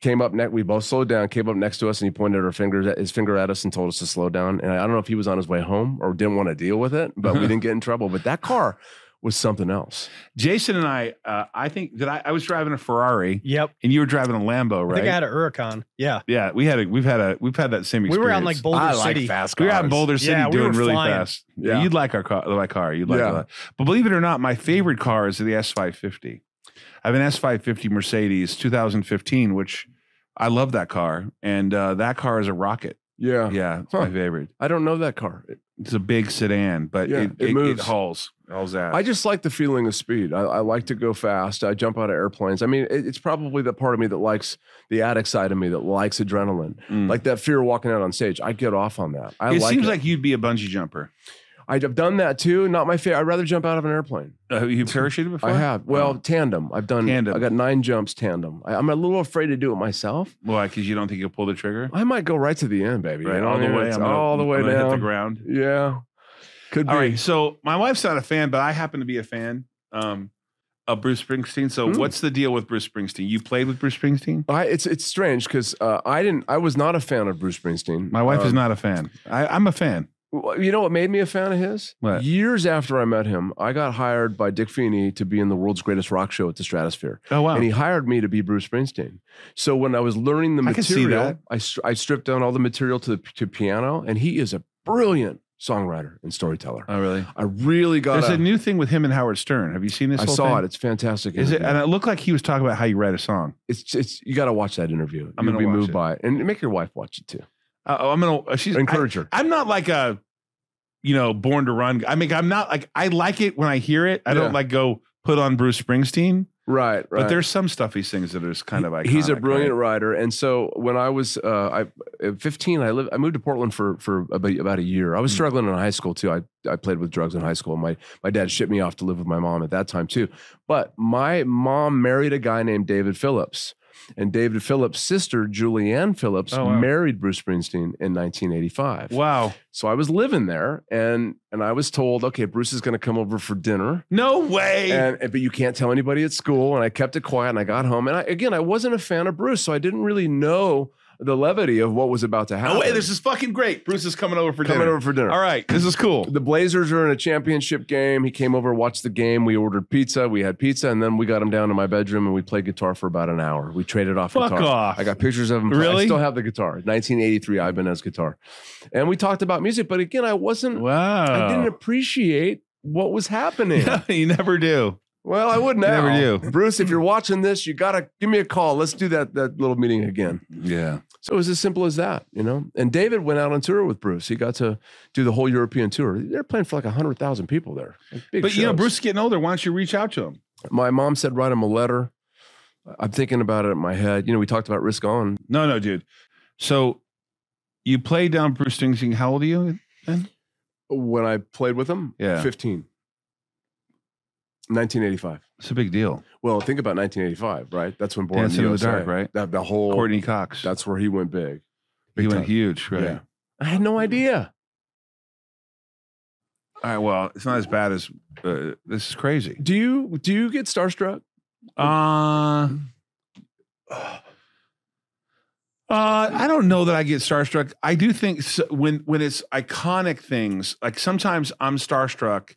S4: Came up next, we both slowed down. Came up next to us, and he pointed our fingers at his finger at us and told us to slow down. And I don't know if he was on his way home or didn't want to deal with it, but we didn't get in trouble. But that car was something else.
S2: Jason and I. Uh, I think that I, I was driving a Ferrari
S5: Yep.
S2: and you were driving a Lambo,
S5: I
S2: right?
S5: think I had a Huracan. Yeah.
S2: Yeah, we had a we've had a we've had that same
S5: We
S2: experience.
S5: were out in like Boulder
S4: I like
S5: City.
S4: fast
S2: we
S4: cars.
S2: were out in Boulder City
S5: Yeah, we
S2: doing
S5: were
S2: really
S5: flying.
S2: fast. Yeah.
S4: Yeah.
S2: you'd like our car, my car. You'd like
S4: Yeah.
S2: it a lot. But believe it or not, my favorite car is the S550. I have an S550 Mercedes 2015, which I love that car, and uh, that car is a rocket.
S4: Yeah.
S2: Yeah, it's my
S4: Huh.
S2: favorite.
S4: I don't know that car.
S2: It's a big sedan, but
S4: Yeah,
S2: it,
S4: it
S2: it, it,
S4: moves.
S2: hauls hauls ass.
S4: I just like the feeling of speed. I, I like to go fast. I jump out of airplanes. I mean, it, it's probably the part of me that likes the addict side of me that likes adrenaline,
S2: Mm.
S4: like that fear of walking out on stage. I get off on that. I
S2: it
S4: like
S2: seems
S4: it.
S2: like you'd be a bungee jumper.
S4: I've done that too. Not my favorite. I'd rather jump out of an airplane.
S2: Uh, you parachuted before? Oh.
S4: I have. Well, tandem. I've done.
S2: Tandem.
S4: I got nine jumps tandem. I, I'm a little afraid to do it myself.
S2: Oh. Why? Because you don't think you'll pull the trigger?
S4: I might go right to the end, baby.
S2: Right,
S4: You know,
S2: all the way,
S4: Oh, it's
S2: I'm gonna-
S4: all the way
S2: I'm gonna
S4: down.
S2: hit the ground.
S4: Yeah, could
S2: All
S4: be.
S2: right. So my wife's not a fan, but I happen to be a fan um, of Bruce Springsteen. So
S4: Hmm.
S2: what's the deal with Bruce Springsteen? You played with Bruce Springsteen?
S4: I, it's it's strange because uh, I didn't. I was not a fan of Bruce Springsteen.
S2: My wife
S4: Um,
S2: is not a fan. I, I'm a fan.
S4: Well, You know what made me a fan of his?
S2: What?
S4: Years after I met him, I got hired by Dick Feeney to be in the world's greatest rock show at the Stratosphere.
S2: Oh wow.
S4: And he hired me to be Bruce Springsteen. So when I was learning the
S2: I can see
S4: material,
S2: that.
S4: I, str- I stripped down all the material to, to piano, and he is a brilliant songwriter and storyteller.
S2: oh really?
S4: I really got
S2: There's
S4: a-
S2: a new thing with him and Howard Stern. Have you seen this?
S4: I
S2: whole
S4: saw
S2: thing?
S4: it. It's fantastic.
S2: Is it?
S4: interview.
S2: And it looked like he was talking about how you write a song.
S4: it's it's you got to watch that interview.
S2: I'm
S4: You'll
S2: gonna
S4: be
S2: watch
S4: moved
S2: it.
S4: by it, and make your wife watch it too.
S2: Uh, I'm gonna. uh, She's. I,
S4: Encourage her.
S2: I'm not like a, you know, born to run. guy. I mean, I'm not like I like it when I hear it. I
S4: Yeah.
S2: don't like go put on Bruce Springsteen.
S4: Right, right.
S2: But there's some stuff he sings that is kind of iconic.
S4: He's a
S2: right?
S4: brilliant writer, and so when I was uh, I, at 15, I lived. I moved to Portland for for about, about a year. I was
S2: Hmm.
S4: struggling in high school too. I, I played with drugs in high school. My my dad shipped me off to live with my mom at that time too. But my mom married a guy named David Phillips, and David Phillips' sister Julianne Phillips
S2: Oh, wow.
S4: married Bruce Springsteen in 1985.
S2: Wow.
S4: So I was living there, and and I was told, okay, Bruce is going to come over for dinner.
S2: No way.
S4: And and- but you can't tell anybody at school. And I kept it quiet. And I got home. And I, again, I wasn't a fan of Bruce, so I didn't really know the levity of what was about to happen.
S2: No way. This is fucking great. Bruce is coming over for
S4: coming
S2: dinner.
S4: over for dinner.
S2: All right. This is cool.
S4: The Blazers are in a championship game. He came over, watched the game. We ordered pizza. We had pizza, and then we got him down to my bedroom and we played guitar for about an hour. We traded off
S2: Fuck
S4: guitar.
S2: off.
S4: I got pictures of him. playing. I
S2: Really?
S4: still have the guitar. 1983 Ibanez guitar, and we talked about music. But again, I wasn't.
S2: wow.
S4: I didn't appreciate what was happening.
S2: you never do.
S4: Well, I would
S2: You
S4: now.
S2: never do.
S4: Bruce, if you're watching this, you gotta give me a call. Let's do that that little meeting again.
S2: Yeah.
S4: So it was as simple as that, you know. And David went out on tour with Bruce. He got to do the whole European tour. They're playing for like hundred thousand people there. Like big
S2: But you know,
S4: shows.
S2: Bruce is getting older. Why don't you reach out to him?
S4: my mom said write him a letter. I'm thinking about it in my head. You know, we talked about risk on.
S2: No, no, dude. So you play down Bruce Springsteen. How old are you?
S4: When I played with him,
S2: Yeah.
S4: 15. 1985.
S2: It's a big deal.
S4: Well, think about 1985, right? That's when Born
S2: Dancing
S4: in the,
S2: in the
S4: USA,
S2: Dark, right?
S4: That the whole
S2: Courtney Cox.
S4: that's where he went big.
S2: he
S4: big
S2: went
S4: time.
S2: huge, right?
S4: Yeah. Mm-hmm. I had no idea.
S2: All right. Well, it's not as bad as uh, this is crazy.
S4: Do you do you get starstruck?
S2: Uh, uh, I don't know that I get starstruck. I do think s when when it's iconic things, like sometimes I'm starstruck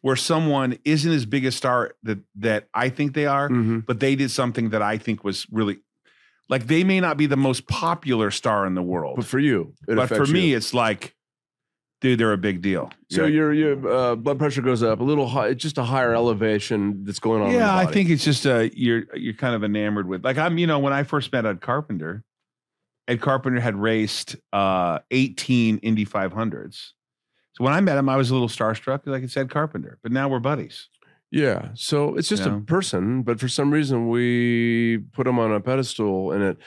S2: where someone isn't as big a star that that I think they are,
S4: Mm-hmm.
S2: but they did something that I think was really like they may not be the most popular star in the world,
S4: But for you, it
S2: but for
S4: affects
S2: me,
S4: you.
S2: it's like, dude, they're a big deal.
S4: so
S2: Yeah.
S4: your your uh, blood pressure goes up a little. High, it's just a higher elevation that's going on. in
S2: Yeah,
S4: the
S2: I
S4: body.
S2: think it's just uh you're you're kind of enamored with like I'm you know when I first met Ed Carpenter, Ed Carpenter had raced uh 18 Indy 500s. So when I met him, I was a little starstruck like it's Ed Carpenter, but now we're buddies.
S4: Yeah, so it's just
S2: Yeah.
S4: a person, but for some reason we put him on a pedestal, and it.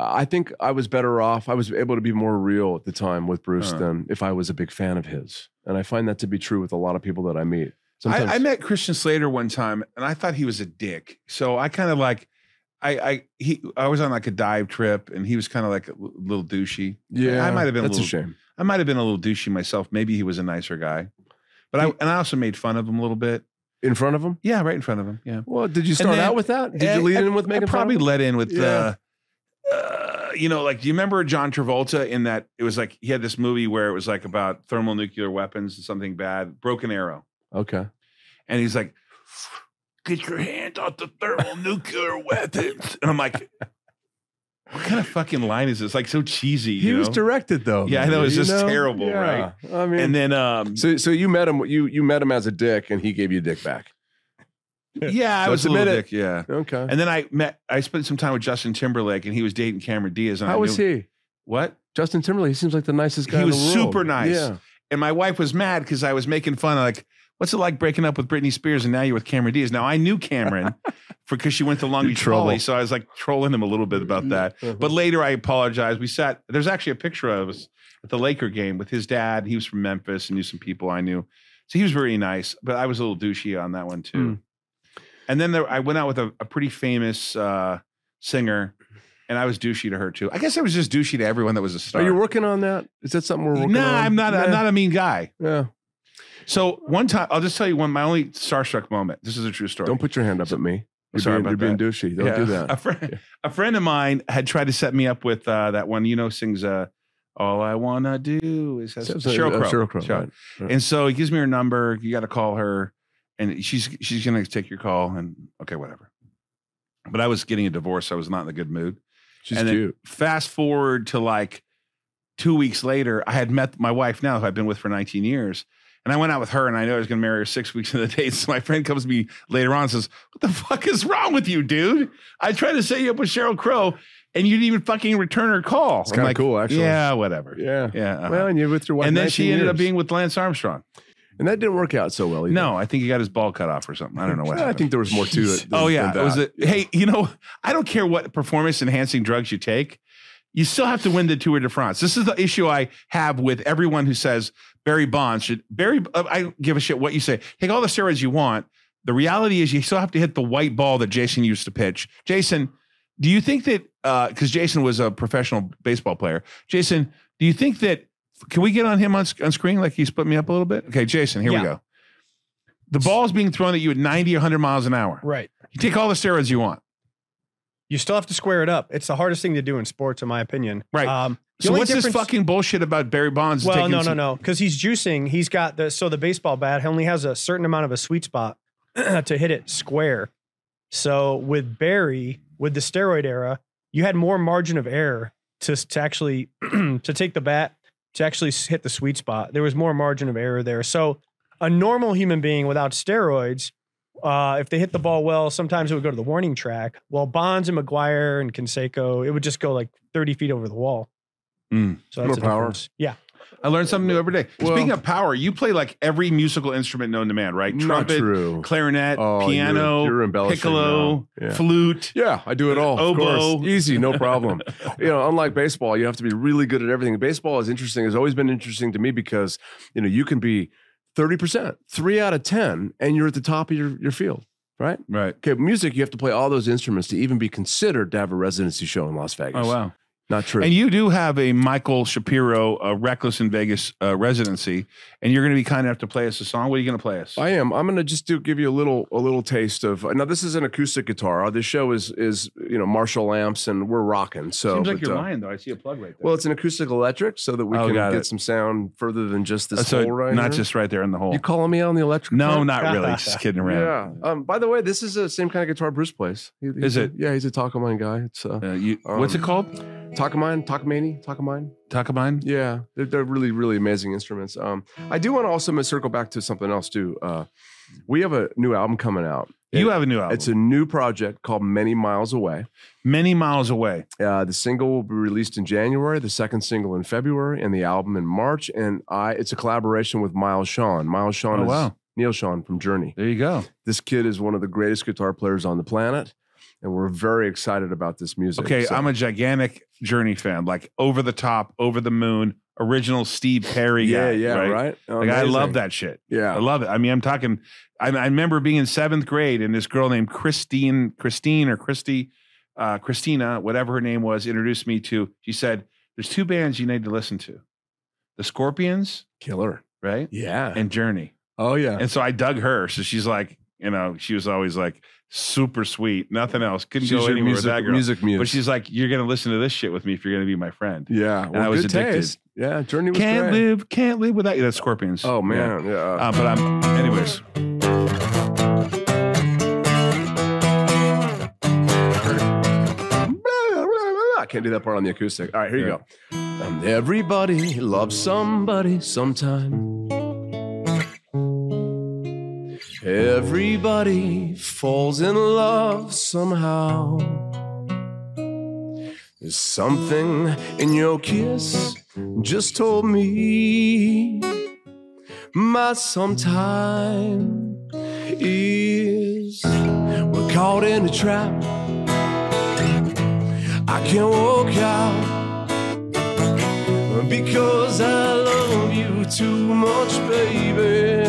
S4: I think I was better off. I was able to be more real at the time with Bruce
S2: Huh.
S4: than if I was a big fan of his, and I find that to be true with a lot of people that I meet. Sometimes
S2: I, I met Christian Slater one time and I thought he was a dick. So I kind of like I I he I was on like a dive trip and he was kind of like a l- little douchey.
S4: yeah,
S2: I might have been a
S4: That's a,
S2: little-
S4: shame.
S2: I might have been a little douchey myself. Maybe he was a nicer guy. But I and I also made fun of him a little bit.
S4: In front of him.
S2: Yeah, right in front of him. Yeah.
S4: Well, did you start
S2: then-
S4: out with that? Did
S2: I-
S4: you lead
S2: I-
S4: in with
S2: I
S4: making fun of
S2: probably
S4: him?
S2: led in with
S4: eh, Yeah.
S2: the, uh, you know, like do you remember John Travolta in that it was like he had this movie where it was like about thermonuclear weapons and something bad, Broken Arrow,
S4: Okay.
S2: and he's like, "Get your hand off the thermonuclear weapons," and I'm like, "What kind of fucking line is this? Like so cheesy."
S4: He
S2: you
S4: was
S2: know?
S4: directed though.
S2: Yeah, I know, it's
S4: You
S2: just terrible, right?
S4: I mean,
S2: And then, um,
S4: so so you met him. You you met him as a dick, and he gave you dick back.
S2: yeah, I
S4: So
S2: was a
S4: submit
S2: little
S4: it.
S2: dick. Yeah.
S4: Okay.
S2: And then I met, I spent some time with Justin Timberlake, and he was dating Cameron Diaz. And I
S4: How was
S2: knew-
S4: he?
S2: What?
S4: Justin Timberlake. He seems like the nicest guy.
S2: He
S4: in the
S2: was
S4: world.
S2: super nice.
S4: Yeah.
S2: And my wife was mad because I was making fun of like, what's it like breaking up with Britney Spears and now you're with Cameron Diaz? Now I knew Cameron for because she went to Long
S4: You
S2: Beach
S4: trouble.
S2: Volley, so I was like trolling him a little bit
S4: Mm-hmm.
S2: about that. But later I apologized. We sat. There's actually a picture of us at the Laker game with his dad. He was from Memphis and knew some people I knew, so he was very nice. But I was a little douchey on that one too.
S4: Mm.
S2: And then there, I went out with a, a pretty famous uh, singer, and I was douchey to her too. I guess I was just douchey to everyone that was a star.
S4: Are Oh, you working on that? Is that something we're working
S2: Nah,
S4: on?
S2: I'm not. I'm not a mean guy.
S4: Yeah. Yeah.
S2: So one time, I'll just tell you one. My only starstruck moment. This is a true story.
S4: Don't put your hand up at me. You're
S2: Sorry
S4: being,
S2: about
S4: you're being douchey. Don't
S2: Yeah.
S4: do
S2: A
S4: that.
S2: friend,
S4: Yeah.
S2: a friend of mine had tried to set me up with uh, that one. You know, sings uh, "All I Wanna Do Is Have
S4: So- so-
S2: Sheryl
S4: uh,
S2: Crow.
S4: Sheryl Crow,
S2: Sheryl.
S4: right.
S2: And so he gives me her number. You got to call her, and she's she's gonna take your call. And okay, whatever. But I was getting a divorce. I was not in a good mood.
S4: She's
S2: And then-
S4: cute.
S2: Fast forward to like two weeks later, I had met my wife now, who I've been with for 19 years. And I went out with her and I knew I was going to marry her six weeks into the date. So my friend comes to me later on and says, What the fuck is wrong with you, dude? I tried to set you up with Cheryl Crow and you didn't even fucking return her call.
S4: It's
S2: I'm
S4: kinda
S2: like,
S4: cool, actually.
S2: Yeah, whatever. Yeah.
S4: Yeah.
S2: uh-huh.
S4: Well, and you're with your wife.
S2: and then she
S4: 19
S2: ended up
S4: years.
S2: being with Lance Armstrong.
S4: And that didn't work out so well either.
S2: No, I think he got his ball cut off or something. I don't know what
S4: I
S2: happened.
S4: think there was more to it. than-
S2: oh yeah,
S4: than
S2: it was
S4: that.
S2: a, hey, you know, I don't care what performance enhancing drugs you take, you still have to win the Tour de France. This is the issue I have with everyone who says Barry Bonds should Barry. uh, I don't give a shit what you say. Take all the steroids you want. The reality is, you still have to hit the white ball that Jason used to pitch. Jason, do you think that because Jason was a professional baseball player? Jason, do you think that can we get on him on, sc- on screen like he's put me up a little bit? Okay, Jason, here
S5: Yeah.
S2: we go. The ball is being thrown at you at 90, 100 miles an hour.
S5: Right.
S2: You take all the steroids you want.
S5: You still have to square it up. It's the hardest thing to do in sports, in my opinion.
S2: Right.
S5: Um, the
S2: So
S5: only
S2: what's this
S5: difference-
S2: fucking bullshit about Barry Bonds?
S5: Well,
S2: taking
S5: no, no,
S2: some-
S5: no, because he's juicing. He's got the so the baseball bat only has a certain amount of a sweet spot to hit it square. So with Barry, with the steroid era, you had more margin of error to to actually to take the bat to actually s- hit the sweet spot. There was more margin of error there. So a normal human being without steroids. Uh, if they hit the ball well, sometimes it would go to the warning track. Well, Bonds and McGuire and Conseco, it would just go like 30 feet over the wall.
S2: Mm.
S5: So
S4: More
S5: that's the
S4: power.
S5: difference. Yeah.
S2: I learned something new every day.
S4: Well-
S2: Speaking of power, you play like every musical instrument known to man, right?
S4: Not
S2: Trumpet,
S4: true.
S2: clarinet,
S4: Oh, you're-
S2: piano,
S4: you're embellishing
S2: piccolo,
S4: now. Yeah.
S2: flute.
S4: Yeah, I do it all. Of
S2: Oboe.
S4: course. Easy, no problem. you know, unlike baseball, you have to be really good at everything. Baseball is interesting. Has always been interesting to me because, you know, you can be 30%, 3 out of 10 and you're at the top of your, your field, right?
S2: Right.
S4: Okay, music, you have to play all those instruments to even be considered to have a residency show in Las Vegas.
S2: Oh wow.
S4: Not true.
S2: And you do have a Michael Shapiro, uh, Reckless in Vegas uh, residency, and you're going to be kind enough to play us a song. What are you going to play us?
S4: I am. I'm going to just do give you a little a little taste of. uh, Now this is an acoustic guitar. Uh, This show is is you know Marshall amps and we're rocking. So
S2: Seems like
S4: but,
S2: you're
S4: uh,
S2: lying though. I see a plug right there.
S4: Well, it's an acoustic electric, so that we
S2: Oh,
S4: can
S2: got
S4: get
S2: it. Uh,
S4: some sound further than just this
S2: So
S4: hole right
S2: not
S4: here.
S2: just right there in the hole.
S4: you calling me on the electric?
S2: no,
S4: part?
S2: not really. Just kidding around.
S4: Yeah. Um. By the way, this is the same kind of guitar Bruce plays. He- he's
S2: Is
S4: a-
S2: it?
S4: yeah, he's a Takamine guy. It's uh,
S2: Uh, you,
S4: Um,
S2: what's it called?
S4: Takamine, Takamani, Takamine.
S2: Takamine?
S4: Yeah, they're, they're really, really amazing instruments. Um, I do want to also circle back to something else too. Uh, we have a new album coming out.
S2: You have a new album.
S4: It's a new project called Many Miles Away.
S2: many miles away.
S4: Uh, the single will be released in January, the second single in February, and the album in March. And I, it's a collaboration with Miles Sean. Miles Sean
S2: Oh,
S4: is
S2: wow.
S4: Neil Sean from Journey.
S2: There you go.
S4: This kid is one of the greatest guitar players on the planet, and we're very excited about this music.
S2: Okay,
S4: So-
S2: I'm a gigantic Journey fan, like over the top, over the moon, original Steve Perry.
S4: yeah,
S2: guy,
S4: yeah, right.
S2: Like I love
S4: Amazing.
S2: that shit. I
S4: Yeah,
S2: love it. I mean, I'm talking. I, I remember being in seventh grade, and this girl named Christine, Christine or Christy, uh, Christina, whatever her name was, introduced me to. She said, "There's two bands you need to listen to, the Scorpions,
S4: killer.
S2: right,
S4: Yeah.
S2: and Journey."
S4: oh yeah.
S2: And so I dug her. So she's like, you know, she was always like super sweet, nothing else. Couldn't go anywhere
S4: music,
S2: with that girl.
S4: music muse.
S2: But she's like, you're gonna listen to this shit with me if you're gonna be my friend.
S4: yeah, well,
S2: I was
S4: good
S2: addicted.
S4: taste. Yeah, Journey was
S2: Can't
S4: great.
S2: live, can't live without you. That's Scorpions.
S4: Oh
S2: Yeah.
S4: man, yeah.
S2: Uh, but I'm, anyways.
S4: I can't do that part on the acoustic. All right, here you go. Um, everybody loves somebody sometime. Everybody falls in love somehow. There's something in your kiss just told me my sometime is we're caught in a trap. I can't walk out because I love you too much, baby.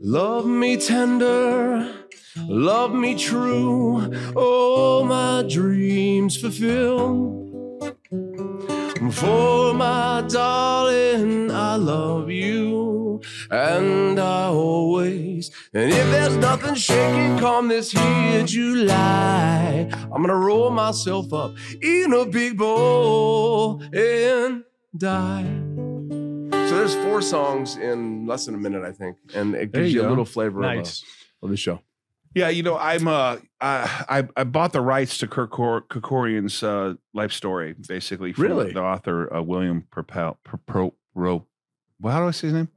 S4: Love me tender, love me true, all my dreams fulfill. For my darling, I love you, and I always. And if there's nothing shaking come this here July, I'm gonna roll myself up in a big bowl and die. So there's four songs in less than a minute, I think, and it
S2: There
S4: gives
S2: you
S4: you, a
S2: go.
S4: little flavor of, uh,
S5: Nice.
S4: of the show.
S2: Yeah, you know, I'm uh, I I- I bought the rights to Kirk Cor- Kerkorian's uh, life story, basically. From
S4: Really?
S2: the author uh, William Propel Pro, Pro, Ro- well, how do I say his name?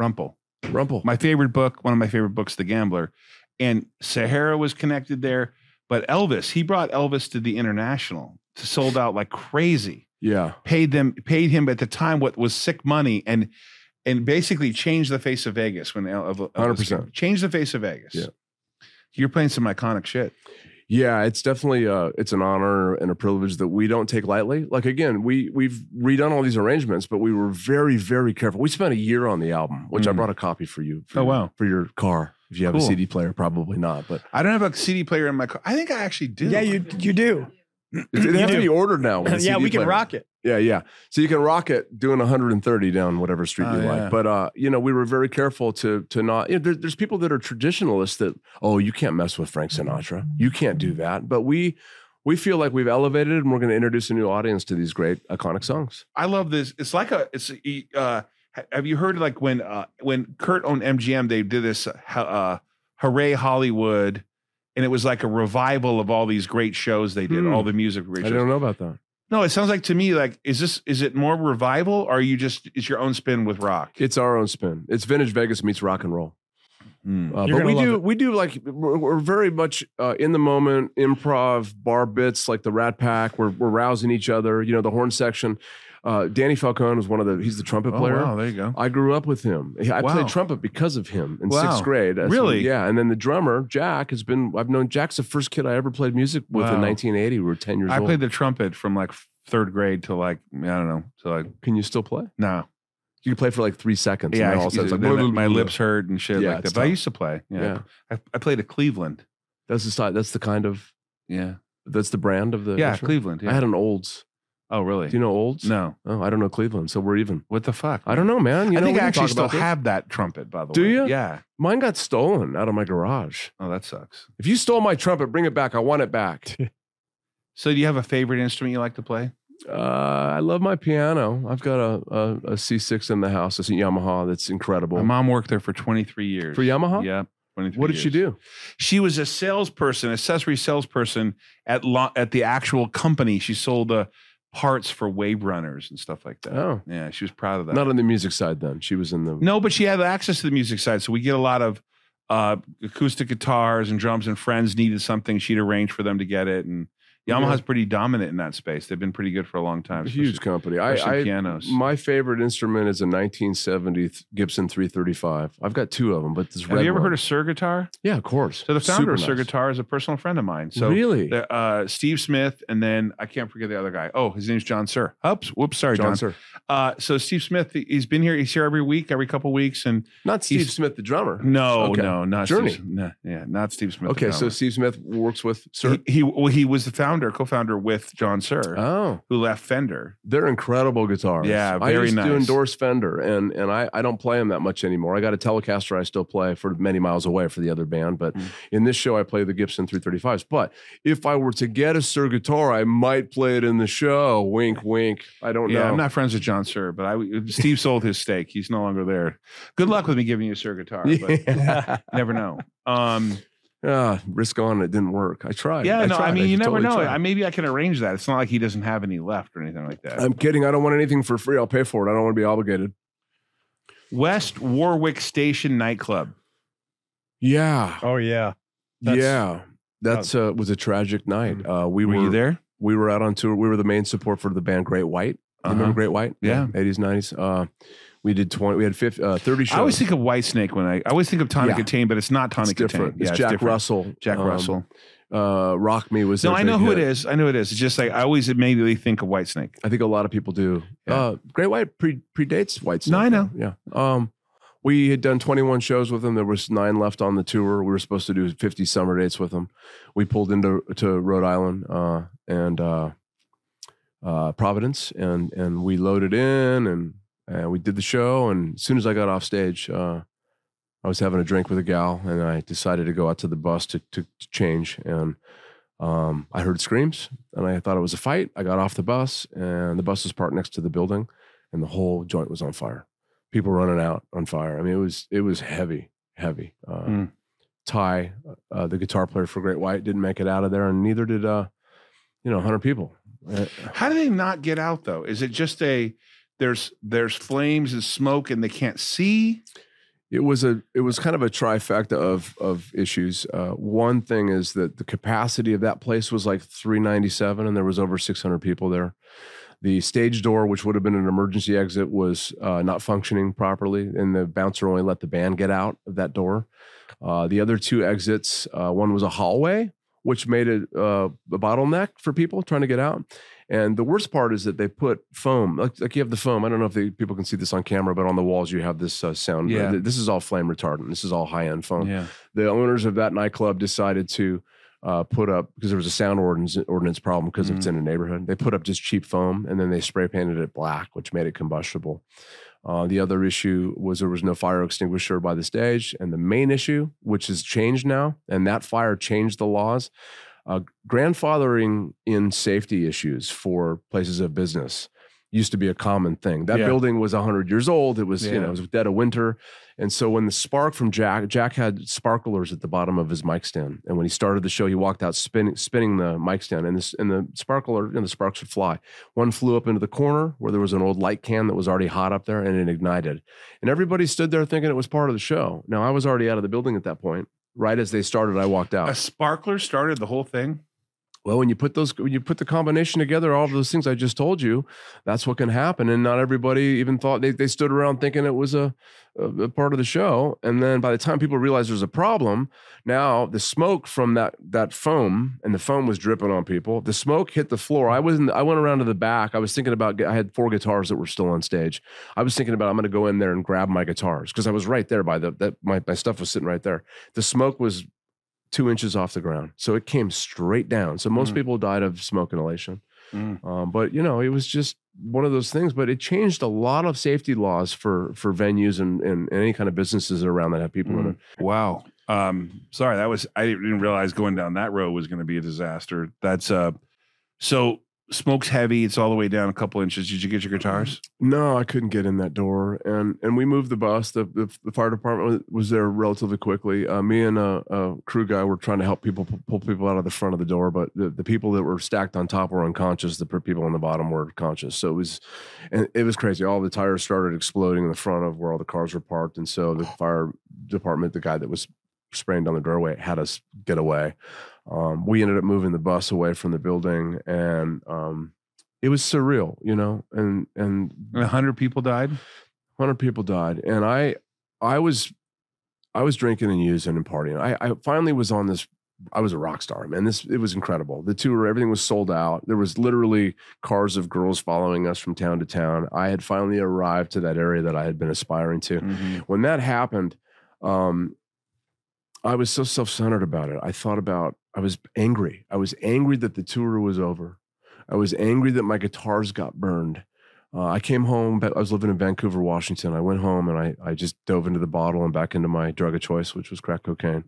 S2: Rumpel.
S4: Rumple.
S2: My favorite book, one of my favorite books, The Gambler, and Sahara was connected there, but Elvis, he brought Elvis to the international, to sold out like crazy
S4: yeah.
S2: paid them paid him at the time what was sick money and and basically changed the face of Vegas when El- of- of-
S4: 100%.
S2: changed the face of Vegas.
S4: Yeah.
S2: You're playing some iconic shit.
S4: Yeah, it's definitely uh it's an honor and a privilege that we don't take lightly. Like again, we we've redone all these arrangements, but we were very very careful. We spent a year on the album, which I
S2: Mm.
S4: brought a copy for you. For
S2: Oh,
S4: your-
S2: wow.
S4: for your car. If you have
S2: Cool.
S4: a CD player, probably not, but
S2: I don't have a CD player in my car. I think I actually do.
S5: Yeah, you you do.
S4: it, it
S5: You
S4: has to
S5: do.
S4: be ordered now. with a
S5: yeah,
S4: CD
S5: we can
S4: player.
S5: rock it.
S4: Yeah, yeah. So you can rock it doing 130 down whatever street
S2: Oh,
S4: you
S2: yeah.
S4: like. But uh, you know, we were very careful to to not. You know, there, there's people that are traditionalists that oh, you can't mess with Frank Sinatra. You can't do that. But we we feel like we've elevated and we're going to introduce a new audience to these great iconic songs.
S2: I love this. It's like a it's a, uh ha- have you heard like when uh when Kurt owned MGM they did this uh, ho- uh Hooray Hollywood and it was like a revival of all these great shows they did,
S4: Hmm.
S2: all the music great
S4: I
S2: shows.
S4: don't know about that.
S2: No, it sounds like to me like is this is it more revival or are you just it's your own spin with rock?
S4: It's our own spin. It's vintage Vegas meets rock and roll.
S2: Hmm.
S4: Uh,
S5: You're
S4: but
S5: gonna
S4: we
S5: love
S4: do
S5: it.
S4: we do like we're, we're very much uh, in the moment improv bar bits like the Rat Pack. We're we're rousing each other. You know the horn section. Uh, Danny Falcone was one of the he's the trumpet
S2: Oh,
S4: player.
S2: wow, there you go.
S4: I grew up with him. He- I
S2: Wow.
S4: played trumpet because of him in
S2: Wow.
S4: sixth grade. That's
S2: Really?
S4: when- yeah. And then the drummer Jack has been. I've known Jack's the first kid I ever played music with
S2: Wow.
S4: in 1980. We were 10 years
S2: I
S4: old.
S2: played the trumpet from like third grade to like I don't know to like
S4: Can you still play?
S2: no
S4: You can play for like three seconds.
S2: yeah
S4: And
S2: I,
S4: then all of a sudden it's
S2: then
S4: like,
S2: my lips hurt and shit
S4: Yeah,
S2: like that.
S4: it's
S2: But I
S4: tough.
S2: used to play. Yeah,
S4: Yeah.
S2: I, I played at Cleveland.
S4: That's the style. That's the kind of.
S2: Yeah,
S4: That's the brand of the.
S2: yeah,
S4: instrument?
S2: Cleveland. Yeah.
S4: I had an Olds.
S2: oh really?
S4: Do you know Olds?
S2: no,
S4: Oh, I don't know Cleveland, so we're even.
S2: what the fuck?
S4: I don't know, man. You
S2: I
S4: know,
S2: think I
S4: we can
S2: actually
S4: talk
S2: still
S4: about this.
S2: have that trumpet. By the
S4: Do
S2: way,
S4: you?
S2: Yeah.
S4: Mine got stolen out of my garage.
S2: Oh, that sucks.
S4: If you stole my trumpet, bring it back. I want it back.
S2: So, do you have a favorite instrument you like to play?
S4: uh, I love my piano. I've got a, a, a C6 in the house. It's a Yamaha. That's incredible.
S2: My mom worked there for 23 years.
S4: For Yamaha?
S2: Yeah. 23
S4: What did she
S2: years.
S4: do?
S2: She was a salesperson, accessory salesperson at lo- at the actual company. She sold the parts for wave runners and stuff like that.
S4: Oh.
S2: Yeah, she was proud of that.
S4: Not on the music side then. She was in the.
S2: no, but she had access to the music side, so we get a lot of uh, acoustic guitars and drums. And friends needed something, she'd arrange for them to get it. And Yamaha's pretty dominant in that space. They've been pretty good for a long time.
S4: Huge
S2: especially-
S4: company. I,
S2: especially
S4: I
S2: pianos.
S4: my favorite instrument is a 1970 th- Gibson 335. I've got two of them, but this
S2: Have
S4: red
S2: you ever
S4: one-
S2: heard of Sir Guitar?
S4: Yeah, of course.
S2: So the founder
S4: Super
S2: of Sir
S4: nice.
S2: Guitar is a personal friend of mine. So
S4: really,
S2: the, uh, Steve Smith, and then I can't forget the other guy. Oh, his name's John Sir. Oops, whoops, sorry, John.
S4: John Sir.
S2: Uh, so Steve Smith, he's been here. He's here every week, every couple weeks, and
S4: Not Steve
S2: He's-
S4: Smith, the drummer.
S2: no,
S4: Okay.
S2: no, not
S4: Journey.
S2: Steve, no, yeah, not Steve Smith.
S4: Okay, so
S2: Obama.
S4: Steve Smith works with Sir.
S2: he he, well, he was the founder, co-founder with John Sir,
S4: Oh,
S2: who left Fender.
S4: they're incredible guitars.
S2: Yeah,
S4: I
S2: very
S4: used
S2: nice.
S4: to endorse Fender, and and I, I don't play them that much anymore. I got a Telecaster I still play for many miles away for the other band, but
S2: Mm.
S4: in this show I play the Gibson 335s. But if I were to get a Sir guitar, I might play it in the show. Wink, wink. I don't
S2: yeah,
S4: know.
S2: I'm not friends with John Sir, but I Steve sold his stake. He's no longer there. Good luck with me giving you a Sir guitar, but
S4: Yeah.
S2: never know. Um,
S4: Ah, risk on it didn't work. I tried.
S2: yeah, no,
S4: tried.
S2: I mean, you never
S4: totally
S2: know.
S4: tried.
S2: I, maybe I can arrange that. It's not like he doesn't have any left or anything like that.
S4: I'm kidding. I don't want anything for free. I'll pay for it. I don't want to be obligated.
S2: West Warwick Station nightclub.
S4: Yeah.
S5: Oh yeah. That's-
S4: yeah. That's uh, was a tragic night. Uh, we
S2: Mm-hmm. Were
S4: were,
S2: you there?
S4: We were out on tour. We were the main support for the band Great White. You
S2: Uh-huh.
S4: Remember Great White?
S2: Yeah.
S4: Eighties, nineties. Uh, we did twenty. We had 50, uh, thirty shows.
S2: I always think of White Snake when I, I always think of Tonic
S4: Yeah.
S2: Katane, but it's not
S4: it's
S2: Tonic
S4: different.
S2: Katane. Yeah,
S4: it's Jack
S2: different.
S4: Russell.
S2: Jack
S4: Um,
S2: Russell.
S4: Uh, Rock Me was.
S2: No,
S4: their
S2: I
S4: big
S2: know who
S4: hit.
S2: it is. I know it is. It's just like I always immediately think of White Snake.
S4: I think a lot of people do.
S2: Yeah.
S4: Uh, Great White pre- predates White Snake.
S2: No, I know.
S4: Yeah. Um, we had done 21 shows with them. There was nine left on the tour. We were supposed to do 50 summer dates with them. We pulled into to Rhode Island uh, and uh, uh, Providence, and and we loaded in, and and we did the show. And as soon as I got off stage, uh, I was having a drink with a gal, and I decided to go out to the bus to to, to change. And um, I heard screams, and I thought it was a fight. I got off the bus, and the bus was parked next to the building, and the whole joint was on fire. People running out on fire. I mean, it was it was heavy, heavy. Uh,
S2: Mm.
S4: Ty, uh, the guitar player for Great White, didn't make it out of there, and neither did uh, you know, hundred people. Uh,
S2: How do they not get out though? Is it just a there's there's flames and smoke and they can't see?
S4: It was a it was kind of a trifecta of of issues. Uh, one thing is that the capacity of that place was like 397, and there was over 600 people there. The stage door, which would have been an emergency exit, was uh, not functioning properly, and the bouncer only let the band get out of that door. Uh, the other two exits, uh, one was a hallway, which made it uh, a bottleneck for people trying to get out. And the worst part is that they put foam, like, like you have the foam. I don't know if the, people can see this on camera, but on the walls you have this uh, sound.
S2: Yeah.
S4: th- this is all flame retardant. This is all high end foam
S2: Yeah.
S4: the owners of that nightclub decided to uh, put up because there was a sound ordinance, ordinance problem because it's
S2: Mm-hmm.
S4: in a neighborhood. They put up just cheap foam and then they spray painted it black, which made it combustible. Uh, the other issue was there was no fire extinguisher by the stage, and the main issue, which has changed now, and that fire changed the laws, uh, grandfathering in safety issues for places of business used to be a common thing. That
S2: Yeah.
S4: building was 100 years old. It was, you know,
S2: Yeah.
S4: it was dead of winter. And so when the spark from Jack, Jack had sparklers at the bottom of his mic stand. And when he started the show, he walked out spinning, spinning the mic stand and this, and the sparkler and the sparks would fly. One flew up into the corner where there was an old light can that was already hot up there and it ignited. And everybody stood there thinking it was part of the show. Now I was already out of the building at that point. Right as they started, I walked out.
S2: A sparkler started the whole thing.
S4: Well, when you put those, when you put the combination together, all of those things I just told you, that's what can happen. And not everybody even thought they, they stood around thinking it was a, a, a part of the show. And then by the time people realized there's a problem, now the smoke from that that foam and the foam was dripping on people. The smoke hit the floor. I wasn't. I went around to the back. I was thinking about. I had four guitars that were still on stage. I was thinking about I'm going to go in there and grab my guitars because I was right there by the that my my stuff was sitting right there. The smoke was two inches off the ground. So it came straight down. So most
S2: Mm.
S4: people died of smoke inhalation.
S2: Mm.
S4: Um, but you know, it was just one of those things. But it changed a lot of safety laws for for venues and and, and any kind of businesses around that have people
S2: Mm.
S4: in it.
S2: Wow. Um, sorry, that was I didn't realize going down that road was going to be a disaster. That's uh, so smoke's heavy. It's all the way down a couple inches. Did you get your guitars?
S4: No, I couldn't get in that door, and and we moved the bus. The the, the fire department was, was there relatively quickly. Uh, me and a, a crew guy were trying to help people pu- pull people out of the front of the door, but the, the people that were stacked on top were unconscious. The per- people on the bottom were conscious. So it was, and it was crazy. All the tires started exploding in the front of where all the cars were parked, and so the fire department, the guy that was spraying down the doorway, had us get away. Um, we ended up moving the bus away from the building, and um, it was surreal, you know, and and
S2: A hundred people died.
S4: hundred people died, and I, I was, I was drinking and using and partying. I, I finally was on this. I was a rock star, man. This it was incredible. The tour, everything was sold out. There was literally cars of girls following us from town to town. I had finally arrived to that area that I had been aspiring to
S2: Mm-hmm.
S4: when that happened, um, I was so self centered about it. I thought about, I was angry. I was angry that the tour was over. I was angry that my guitars got burned. Uh, I came home, but I was living in Vancouver, Washington. I went home and I, I just dove into the bottle and back into my drug of choice, which was crack cocaine.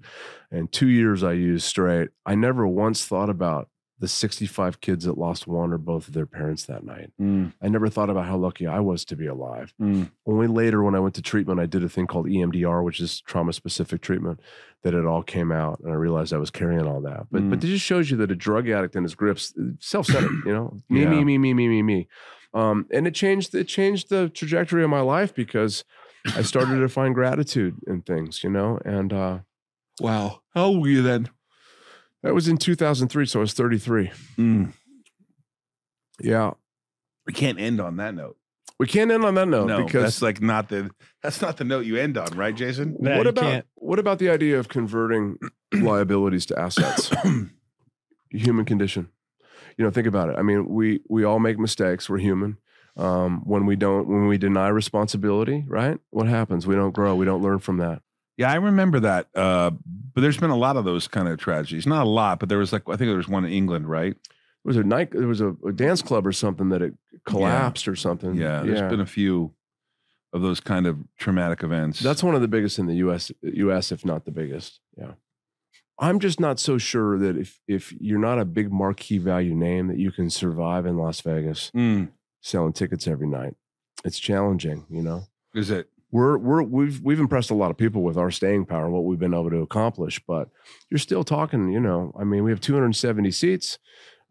S4: And two years I used straight. I never once thought about the 65 kids that lost one or both of their parents that night.
S2: Mm,
S4: I never thought about how lucky I was to be alive
S2: mm.
S4: only later when I went to treatment, I did a thing called E EMDR, which is trauma specific treatment, that it all came out and I realized I was carrying all that. But
S2: Mm.
S4: but it just shows you that a drug addict in his grips, self centered, you know, me,
S2: Yeah.
S4: me, me, me, me, me, me. Um, and it changed it changed the trajectory of my life because I started to find gratitude in things, you know, and uh,
S2: Wow. How old were you then?
S4: that was in 2003, so I was 33.
S2: Mm.
S4: Yeah,
S2: We can't end on that note.
S4: we can't end on that note
S2: no,
S4: because
S2: that's like not the that's not the note you end on, right, Jason?
S5: No,
S4: what
S5: you
S4: about
S5: can't.
S4: what about the idea of converting liabilities to assets? human condition. You know, think about it. I mean, we we all make mistakes. We're human. Um, when we don't, when we deny responsibility, right? What happens? We don't grow. We don't learn from that.
S2: Yeah, I remember that. Uh, but there's been a lot of those kind of tragedies. Not a lot, but there was like I think there was one in England, right?
S4: It was a night. There was a, a dance club or something that it collapsed or something.
S2: Yeah, there's been a few of those kind of traumatic events.
S4: That's one of the biggest in the U.S. U.S. if not the biggest. Yeah, I'm just not so sure that if if you're not a big marquee value name that you can survive in Las Vegas
S2: Mm,
S4: selling tickets every night. It's challenging, you know.
S2: is it?
S4: We're we're we've we've impressed a lot of people with our staying power and what we've been able to accomplish, but you're still talking. You know, I mean, we have 270 seats.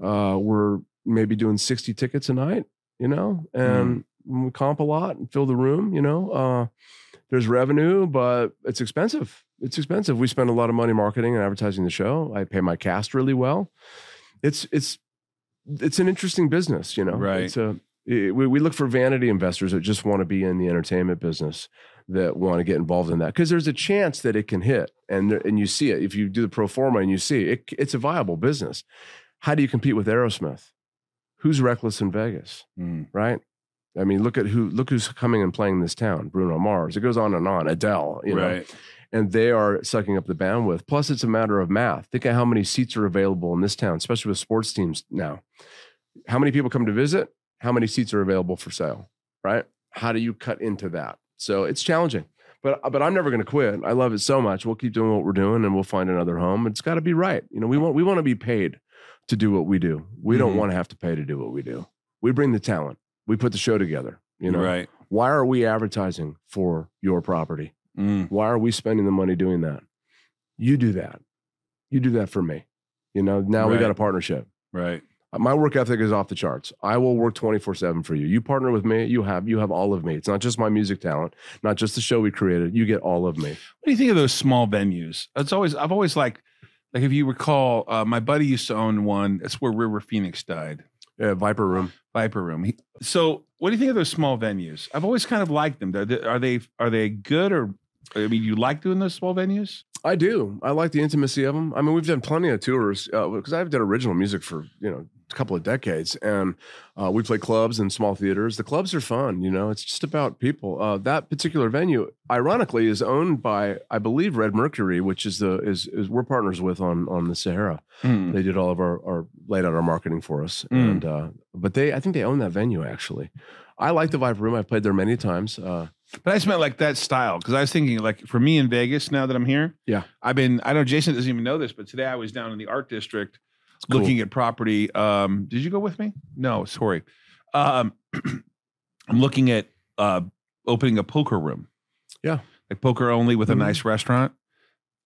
S4: Uh, we're maybe doing 60 tickets a night. You know, and we comp a lot and fill the room. You know, uh, there's revenue, but it's expensive. It's expensive. We spend a lot of money marketing and advertising the show. I pay my cast really well. It's it's it's an interesting business, you know.
S2: Right.
S4: It's a it- we, we look for vanity investors that just want to be in the entertainment business that want to get involved in that because there's a chance that it can hit and there- and you see it if you do the pro forma and you see it, it's a viable business. How do you compete with Aerosmith? Who's reckless in Vegas?
S2: Mm.
S4: right? I mean, look at who look who's coming and playing this town. Bruno Mars. It goes on and on. Adele, you know,
S2: right.
S4: and they are sucking up the bandwidth. Plus, it's a matter of math. Think of how many seats are available in this town, especially with sports teams now. How many people come to visit? How many seats are available for sale? Right? How do you cut into that? So it's challenging. But, but I'm never going to quit. I love it so much. We'll keep doing what we're doing, and we'll find another home. It's got to be right. You know, we want we want to be paid to do what we do. We
S2: Mhm.
S4: don't want to have to pay to do what we do. We bring the talent. We put the show together. You know,
S2: right.
S4: why are we advertising for your property?
S2: Mm,
S4: Why are we spending the money doing that? You do that. You do that for me. You know, now we
S2: Right.
S4: got a partnership.
S2: right.
S4: My work ethic is off the charts. I will work 24/7 for you. You partner with me, you have you have all of me. It's not just my music talent, not just the show we created. You get all of me.
S2: What do you think of those small venues? It's always I've always like like if you recall, uh, my buddy used to own one. That's where River Phoenix died.
S4: Yeah, Viper Room.
S2: Viper Room. He- so, what do you think of those small venues? I've always kind of liked them. Are they are they, are they good or? I mean, you like doing those small venues?
S4: I do. I like the intimacy of them. I mean, we've done plenty of tours because I've done original music for you know a couple of decades, and uh, we play clubs and small theaters. The clubs are fun. You know, it's just about people. Uh, that particular venue, ironically, is owned by I believe Red Mercury, which is the is, is we're partners with on on the Sahara. They did all of our, our laid out our marketing for us,
S2: Mm.
S4: and uh, but they I think they own that venue actually. I like the Viper Room. I've played there many times. Uh,
S2: But I just meant like that style because I was thinking like for me in Vegas now that I'm here.
S4: Yeah.
S2: I've been. I know Jason doesn't even know this, but today I was down in the art district
S4: it's cool.
S2: looking at property. Um, did you go with me? No, sorry. Um, I'm looking at uh, opening a poker room.
S4: Yeah.
S2: like poker only with
S4: Mhm.
S2: a nice restaurant.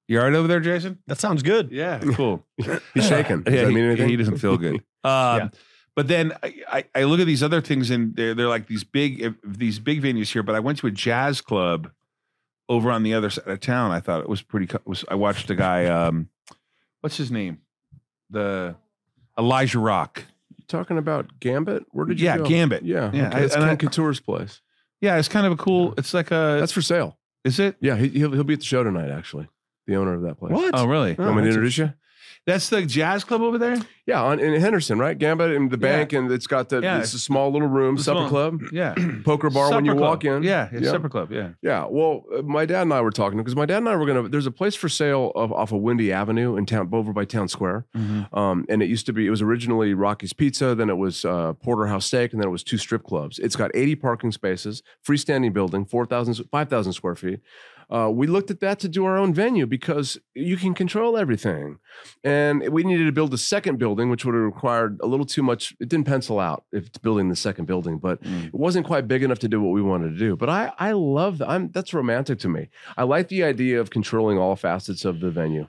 S2: You all right over there, Jason?
S5: That sounds good.
S2: Yeah, cool.
S4: He's shaking. Does
S2: Yeah,
S4: that
S2: he,
S4: mean anything?
S2: he doesn't feel good. Um,
S5: Yeah.
S2: But then I, I, I look at these other things, and they're they're like these big these big venues here. But I went to a jazz club over on the other side of town. I thought it was pretty. co- Was I watched a guy? Um, what's his name? The Elijah Rock.
S4: talking about Gambit. Where did you
S2: yeah,
S4: go?
S2: Gambit. Yeah.
S4: Yeah,
S2: Yeah,
S4: okay.
S2: I-
S4: that's
S2: and I-
S4: Ken Couture's place.
S2: it's kind of a cool. It's like a.
S4: That's for sale.
S2: is it?
S4: Yeah, he, he'll he'll be at the show tonight. Actually, the owner of that place.
S2: Oh, really?
S4: You want me to
S5: that's
S4: introduce you?
S2: That's the jazz club over there.
S4: Yeah, on, in Henderson, right? Gambit and the
S2: Yeah.
S4: bank, and it's got the
S2: Yeah.
S4: it's a small little room,
S2: It's
S4: supper
S2: small.
S4: club,
S2: Yeah.
S4: poker bar when you
S2: Supper
S4: walk
S2: club.
S4: in.
S2: Yeah, yeah,
S4: Yeah.
S2: supper club. Yeah.
S4: yeah. Well, uh, my dad and I were talking because my dad and I were gonna. There's a place for sale of, off of Windy Avenue in town, over by Town Square. Um, and it used to be, it was originally Rocky's Pizza, then it was uh, Porterhouse Steak, and then it was two strip clubs. It's got 80 parking spaces, freestanding building, 4,000, s- 5,000 square feet. Uh, we looked at that to do our own venue because you can control everything. And we needed to build a second building, which would have required a little too much. It didn't pencil out if it's building the second building, but it wasn't quite big enough to do what we wanted to do. But I, I love that. I'm, that's romantic to me. I like the idea of controlling all facets of the venue.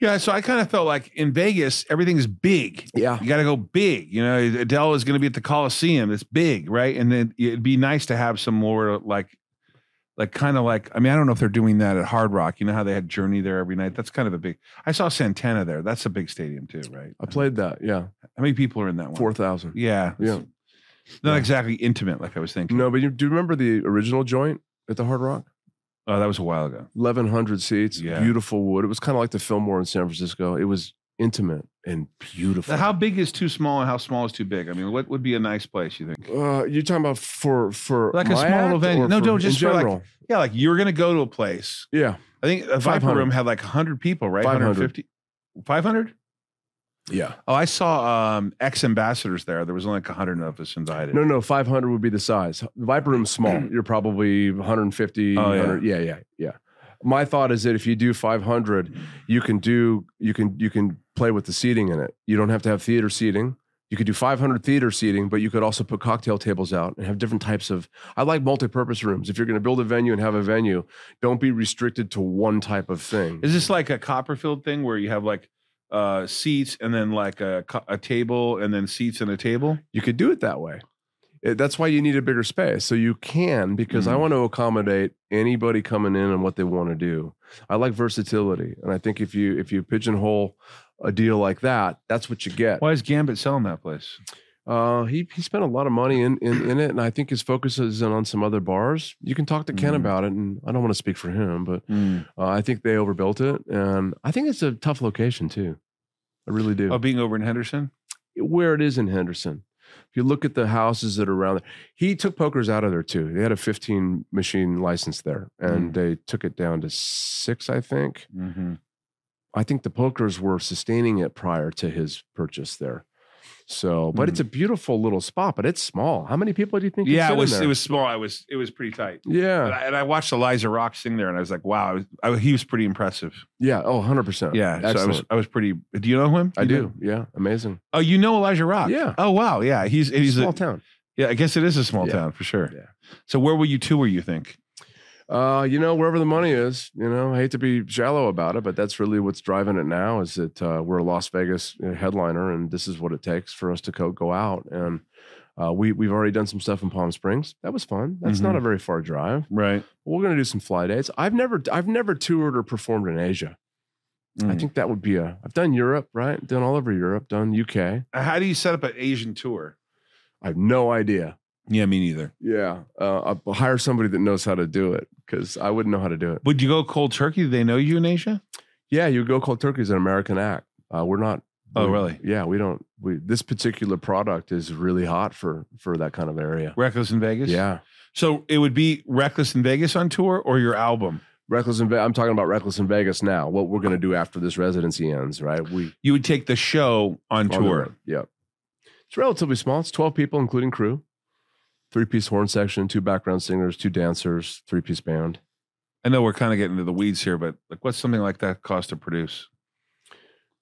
S2: Yeah, so I kind of felt like in Vegas, everything's big.
S4: Yeah.
S2: You got to go big. You know, Adele is going to be at the Coliseum. It's big, right? And then it'd be nice to have some more like like kind of like I mean I don't know if they're doing that at Hard Rock. You know how they had Journey there every night. That's kind of a big. I saw Santana there. That's a big stadium too, right?
S4: I played that. Yeah,
S2: How many people are in that one?
S4: four thousand.
S2: Yeah.
S4: Yeah.
S2: Not exactly intimate like I was thinking.
S4: No, but you, do you remember the original joint at the Hard Rock?
S2: Oh, that was a while ago.
S4: Eleven hundred seats,
S2: Yeah.
S4: beautiful wood. It was kind of like the Fillmore in San Francisco. It was intimate and beautiful.
S2: Now, how big is too small and how small is too big? I mean, what would be a nice place you think?
S4: Uh, you're talking about for for
S2: Like a
S4: my
S2: small
S4: act
S2: event.
S4: or
S2: No,
S4: for-
S2: no,
S4: in
S2: just for like-
S4: general?
S2: Yeah, like you're gonna go to a place.
S4: yeah,
S2: I think a Viper
S4: 500.
S2: Room had like 100 people, right?
S4: 500.
S2: 150. 500?
S4: yeah.
S2: Oh, I saw um, ex ambassadors there. There was only like 100 of us invited.
S4: No, no, 500 would be the size. Viper room's small. You're probably 150.
S2: Oh, yeah.
S4: 100 yeah, yeah, yeah. My thought is that if you do 500, you can do you can you can play with the seating in it. You don't have to have theater seating. You could do 500 theater seating, but you could also put cocktail tables out and have different types of. I like multi-purpose rooms. If you're going to build a venue and have a venue, don't be restricted to one type of thing.
S2: Is this like a Copperfield thing where you have like uh, seats and then like a, co- a table and then seats and a table?
S4: you could do it that way. It- that's why you need a bigger space. So you can, because I
S2: Mhm.
S4: want to accommodate anybody coming in and what they want to do. I like versatility. And I think if you if you pigeonhole a deal like that, that's what you get.
S2: Why is Gambit selling that place?
S4: Uh, he he spent a lot of money in, in in it, and I think his focus is in on some other bars. You can talk to Ken
S2: Mhm.
S4: about it, and I don't want to speak for him, but uh, I think they overbuilt it, and I think it's a tough location too. I really do
S2: Oh, being over in Henderson?
S4: where it is in Henderson. If you look at the houses that are around there, he took pokers out of there too. They had a 15 machine license there
S2: Mm.
S4: and they took it down to six, I think.
S2: Mm-hmm.
S4: I think the pokers were sustaining it prior to his purchase there. So, but it's a beautiful little spot, but it's small. How many people do you think? could
S2: Mm. Yeah,
S4: fit
S2: it
S4: in
S2: was
S4: there?
S2: it was small. I was it was pretty tight.
S4: Yeah.
S2: And I, and I watched Eliza Rock sing there, and I was like, "Wow, I was, I, he was pretty impressive."
S4: Yeah. Oh, 100%.
S2: Yeah, so I was,
S4: Excellent.
S2: I was pretty. Do you know him?
S4: I
S2: You know-
S4: do. Yeah. Amazing.
S2: Oh, you know Elijah Rock?
S4: Yeah.
S2: Oh, wow. Yeah, he's he's
S4: Small
S2: a,
S4: town.
S2: yeah. I guess it is a small
S4: Yeah.
S2: town for sure.
S4: Yeah.
S2: So where will you tour? You think?
S4: Uh, you know, wherever the money is, you know, I hate to be shallow about it, but that's really what's driving it now is that uh, we're a Las Vegas uh, headliner and this is what it takes for us to co- go out. And uh, we, we've already done some stuff in Palm Springs. That was fun. That's not
S2: Mhm.
S4: a very far drive.
S2: Right.
S4: We're going to do some fly dates. I've never, I've never toured or performed in Asia. I
S2: Mm.
S4: think that would be a, I've done Europe, right? Done all over Europe, done UK.
S2: Uh, How do you set up an Asian tour?
S4: I have no idea.
S2: Yeah, me neither.
S4: Yeah. Uh, I'll hire somebody that knows how to do it because I wouldn't know how to do it.
S2: Would you go cold turkey? Do they know you in Asia?
S4: Yeah, you go cold turkey is an American act. Uh, we're not.
S2: Oh,
S4: we-
S2: really?
S4: Yeah, we don't. We this particular product is really hot for for that kind of area.
S2: Reckless in Vegas.
S4: Yeah,
S2: So it would be Reckless in Vegas on tour or your album.
S4: reckless in. Ve- I'm talking about reckless in Vegas now. What we're gonna do after this residency ends, right? We
S2: You would take the show on
S4: on the
S2: tour.
S4: road. Yeah, it's relatively small. It's 12 people, including crew, three piece horn section, two background singers, two dancers, three piece band.
S2: I know we're kind of getting into the weeds here, but like, what's something like that cost to produce?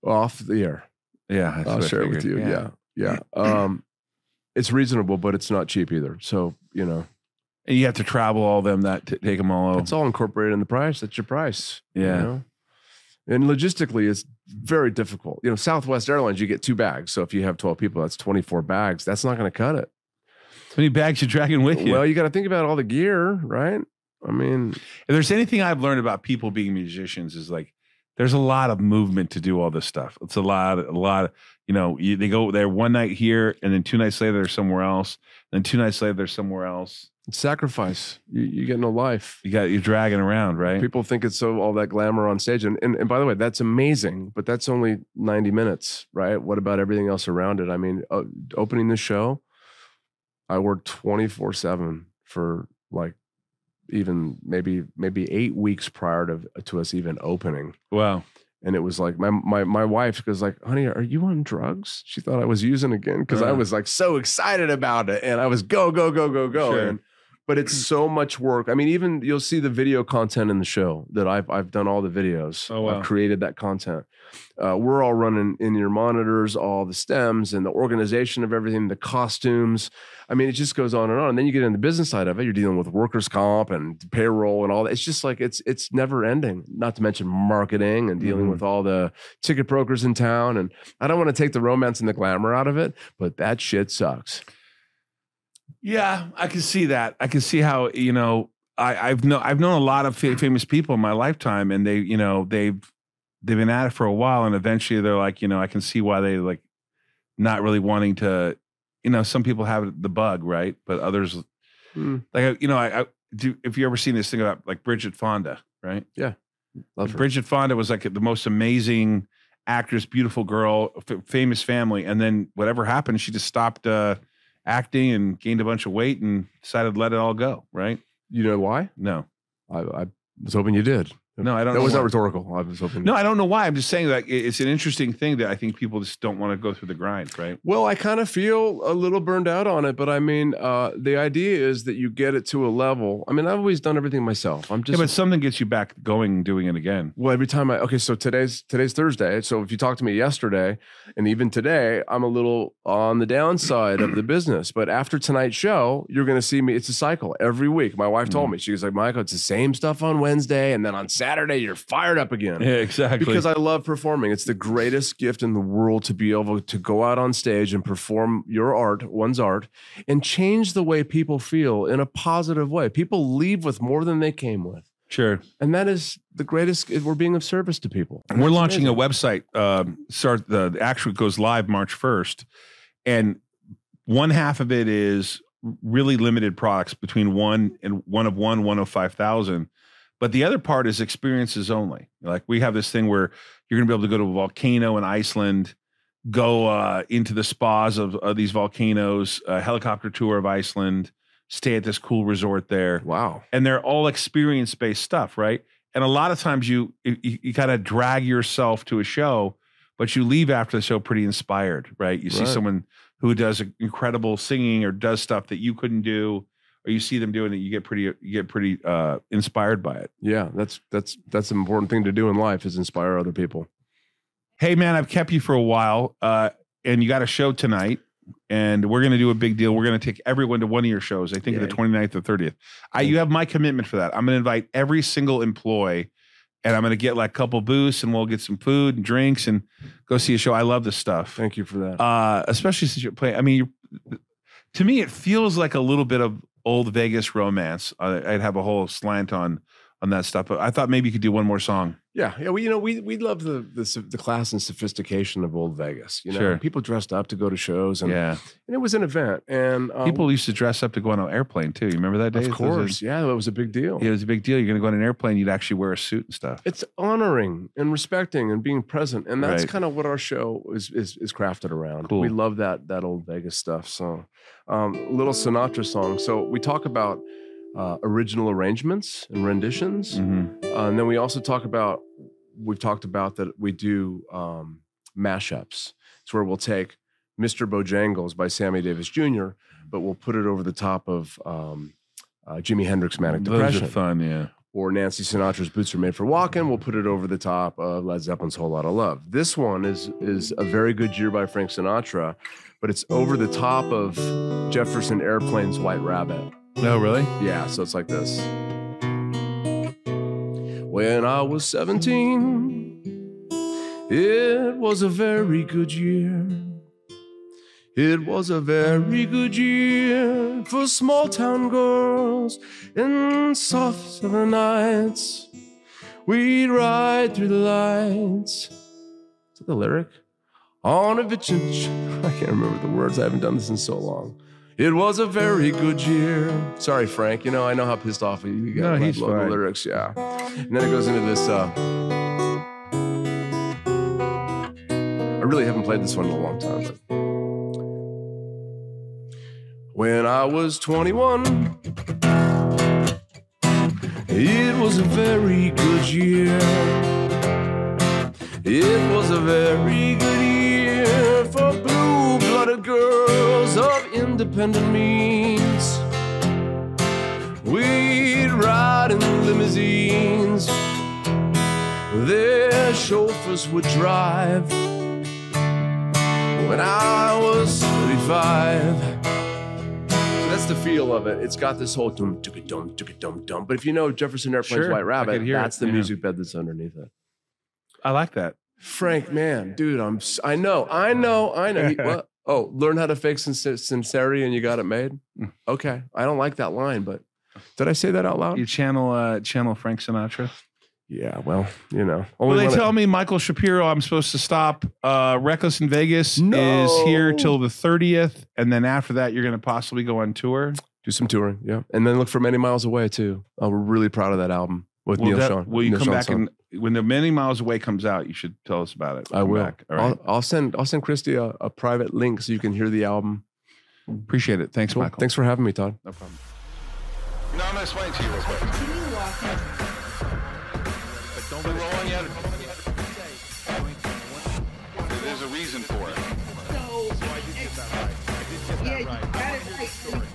S4: Off the air.
S2: Yeah, that's
S4: I'll
S2: what I
S4: share it with you.
S2: figured.
S4: Yeah, yeah. Um, it's reasonable, but it's not cheap either. So you know.
S2: and you have to travel all them that t- take them all
S4: It's
S2: over.
S4: all incorporated in the price. That's your price.
S2: Yeah.
S4: know? And logistically, it's very difficult. You know, Southwest Airlines, you get two bags. So if you have 12 people, that's 24 bags. That's not going to cut it.
S2: How many bags you dragging with you?
S4: Well, you got to think about all the gear, right? I mean,
S2: if there's anything I've learned about people being musicians is like there's a lot of movement to do all this stuff. It's a lot, a lot. Of, you know, you, they go there one night here, and then two nights later they're somewhere else. Then two nights later they're somewhere else.
S4: it's sacrifice. You, you get no life.
S2: You got you're dragging around, right?
S4: People think it's so all that glamour on stage. And, and, and by the way, that's amazing, but that's only 90 minutes, right? What about everything else around it? I mean, uh, opening the show, I worked 24 7 for like even maybe, maybe eight weeks prior to, to us even opening.
S2: wow.
S4: And it was like my my my wife goes like, "Honey, are you on drugs?" She thought I was using again because I
S2: Uh.
S4: was like so excited about it, and I was go go go go go.
S2: Sure.
S4: And, but it's so much work. I mean, even you'll see the video content in the show that I've I've done all the videos.
S2: Oh, wow.
S4: I've created that content. Uh, we're all running in your monitors, all the stems and the organization of everything, the costumes. I mean, it just goes on and on. And then you get in the business side of it. You're dealing with workers' comp and payroll and all that. It's just like it's it's never ending. Not to mention marketing and dealing
S2: Mhm.
S4: with all the ticket brokers in town. And I don't want to take the romance and the glamour out of it, but that shit sucks.
S2: Yeah, I can see that. I can see how you know. I, I've known I've known a lot of fa- famous people in my lifetime, and they you know they've they've been at it for a while, and eventually they're like you know I can see why they like not really wanting to you know some people have the bug right, but others
S4: Hmm.
S2: like you know I, I do if you ever seen this thing about like Bridget Fonda right
S4: Love her.
S2: Bridget Fonda was like the most amazing actress, beautiful girl, f- famous family, and then whatever happened, she just stopped uh, acting and gained a bunch of weight and decided to let it all go. Right?
S4: You know why?
S2: No,
S4: I, I was hoping you did.
S2: no, I don't.
S4: That
S2: know
S4: was not
S2: why.
S4: rhetorical. I was hoping.
S2: No, I don't know why. I'm just saying that it- it's an interesting thing that I think people just don't want to go through the grind, right?
S4: Well, I kind of feel a little burned out on it, but I mean, uh, the idea is that you get it to a level. I mean, I've always done everything myself. I'm
S2: Yeah,
S4: just
S2: but something gets you back going, and doing it again.
S4: well every time I okay. So today's today's Thursday. So if you talked to me yesterday, and even today, I'm a little on the downside of the business. But after tonight's show, you're going to see me. It's a cycle every week. My wife told me she was like, Michael, it's the same stuff on Wednesday, and then on Saturday you're fired up again.
S2: exactly.
S4: Because I love performing. It's the greatest gift in the world to be able to go out on stage and perform your art, one's art, and change the way people feel in a positive way. People leave with more than they came with.
S2: sure.
S4: And that is the greatest. eh, We're being of service to people.
S2: We're launching a website. Um, start the, the actually goes live March first, and one half of it is really limited products between one and one of one one of five thousand, but the other part is experiences only. Like we have this thing where you're going to be able to go to a volcano in Iceland, go uh, into the spas of, of these volcanoes, a helicopter tour of Iceland, stay at this cool resort there
S4: Wow.
S2: and they're all experience based stuff, right? And a lot of times you you, you kind of drag yourself to a show, but you leave after the show pretty inspired, right? You see
S4: Right.
S2: someone who does incredible singing or does stuff that you couldn't do, or you see them doing it, you get pretty you get pretty uh, inspired by it.
S4: Yeah, that's that's that's an important thing to do in life is inspire other people.
S2: Hey man, I've kept you for a while, uh, and you got a show tonight. And we're going to do a big deal. We're going to take everyone to one of your shows. I think the
S4: Yay.
S2: 29th or 30th. I, you have my commitment for that. I'm going to invite every single employee and I'm going to get like a couple booths and we'll get some food and drinks and go see a show. I love this stuff.
S4: Thank you for that.
S2: Uh, especially since you're playing. I mean, you're, to me, it feels like a little bit of old Vegas romance. I, I'd have a whole slant on on that stuff. But I thought maybe you could do one more song.
S4: Yeah, yeah. Well, you know, we we love the the, s- the class and sophistication of old Vegas. You know,
S2: Sure.
S4: people dressed up to go to shows, and,
S2: yeah.
S4: and it was an event. And uh,
S2: People used to dress up to go on an airplane too. You remember that day?
S4: Of
S2: Those are-
S4: course. Yeah, that was a big deal.
S2: Yeah, it was a big deal. You're going to go on an airplane, you'd actually wear a suit and stuff.
S4: It's honoring and respecting and being present. And that's
S2: Right.
S4: kind of what our show is is, is crafted around.
S2: Cool.
S4: We love that that old Vegas stuff. So um, little Sinatra song. So we talk about uh, original arrangements and renditions.
S2: Mm.
S4: Uh, and then we also talk about we've talked about that we do um, mashups. It's where we'll take Mr. Bojangles by Sammy Davis Jr., but we'll put it over the top of um, uh, Jimi Hendrix Manic
S2: Those are
S4: Depression
S2: fun, yeah.
S4: or Nancy Sinatra's Boots Are Made for Walking. We'll put it over the top of Led Zeppelin's Whole Lot of Love. This one is is a very good year by Frank Sinatra, but it's over the top of Jefferson Airplane's White Rabbit.
S2: No, really?
S4: Yeah, so it's like this. When I was 17, it was a very good year. It was a very good year for small town girls and soft summer nights. We'd ride through the lights. Is that the lyric? On a vacation. I can't remember the words. I haven't done this in so long. It was a very good year. Sorry, Frank. You know, I know how pissed off you got
S2: No,
S4: when I
S2: he's
S4: blow the
S2: fine.
S4: lyrics. Yeah. And then it goes into this. Uh, I really haven't played this one in a long time. But. When I was 21, it was a very good year. It was a very good year for blue blooded girls of independent means. We'd ride in limousines, their chauffeurs would drive. When I was 35, so that's the feel of it. It's got this whole dum dum dum dum dum dum. But if you know Jefferson Airplane's
S2: Sure, I
S4: White
S2: could
S4: Rabbit,
S2: hear it,
S4: that's the
S2: yeah.
S4: music bed that's underneath it.
S2: I like that.
S4: Frank, man, dude, I'm. s- I know, I know, I know. He-
S2: Mm.
S4: what? Oh, learn how to fake sin- sincerity and you got it made. Okay, I don't like that line, but Did I say that out
S2: You
S4: loud?
S2: channel uh, channel Frank Sinatra.
S4: Yeah. Well, you know.
S2: Well, they
S4: wanna-
S2: tell me Michael Shapiro, I'm supposed to stop. Uh, Reckless in Vegas is here
S4: No.
S2: till the 30th, and then after that, you're going to possibly go on tour.
S4: do some touring. Yeah, and then look for Many Miles Away too. Uh, we're really proud of that album with
S2: will,
S4: Neil
S2: that-
S4: Sean.
S2: will you
S4: Neil
S2: come
S4: Sean
S2: back
S4: Sean.
S2: and when the Many Miles Away comes out, you should tell us about it.
S4: I
S2: Come
S4: will.
S2: back. All right.
S4: I'll, I'll send I'll send Christy a, a private link so you can hear the album.
S2: Appreciate it. Thanks,
S4: Cool.
S2: Michael.
S4: Thanks for having me, Todd.
S2: No problem.
S6: No, I'm gonna explain it to you real quick. But don't be rolling yet. There's a reason for it.
S7: So, yeah, you got it right.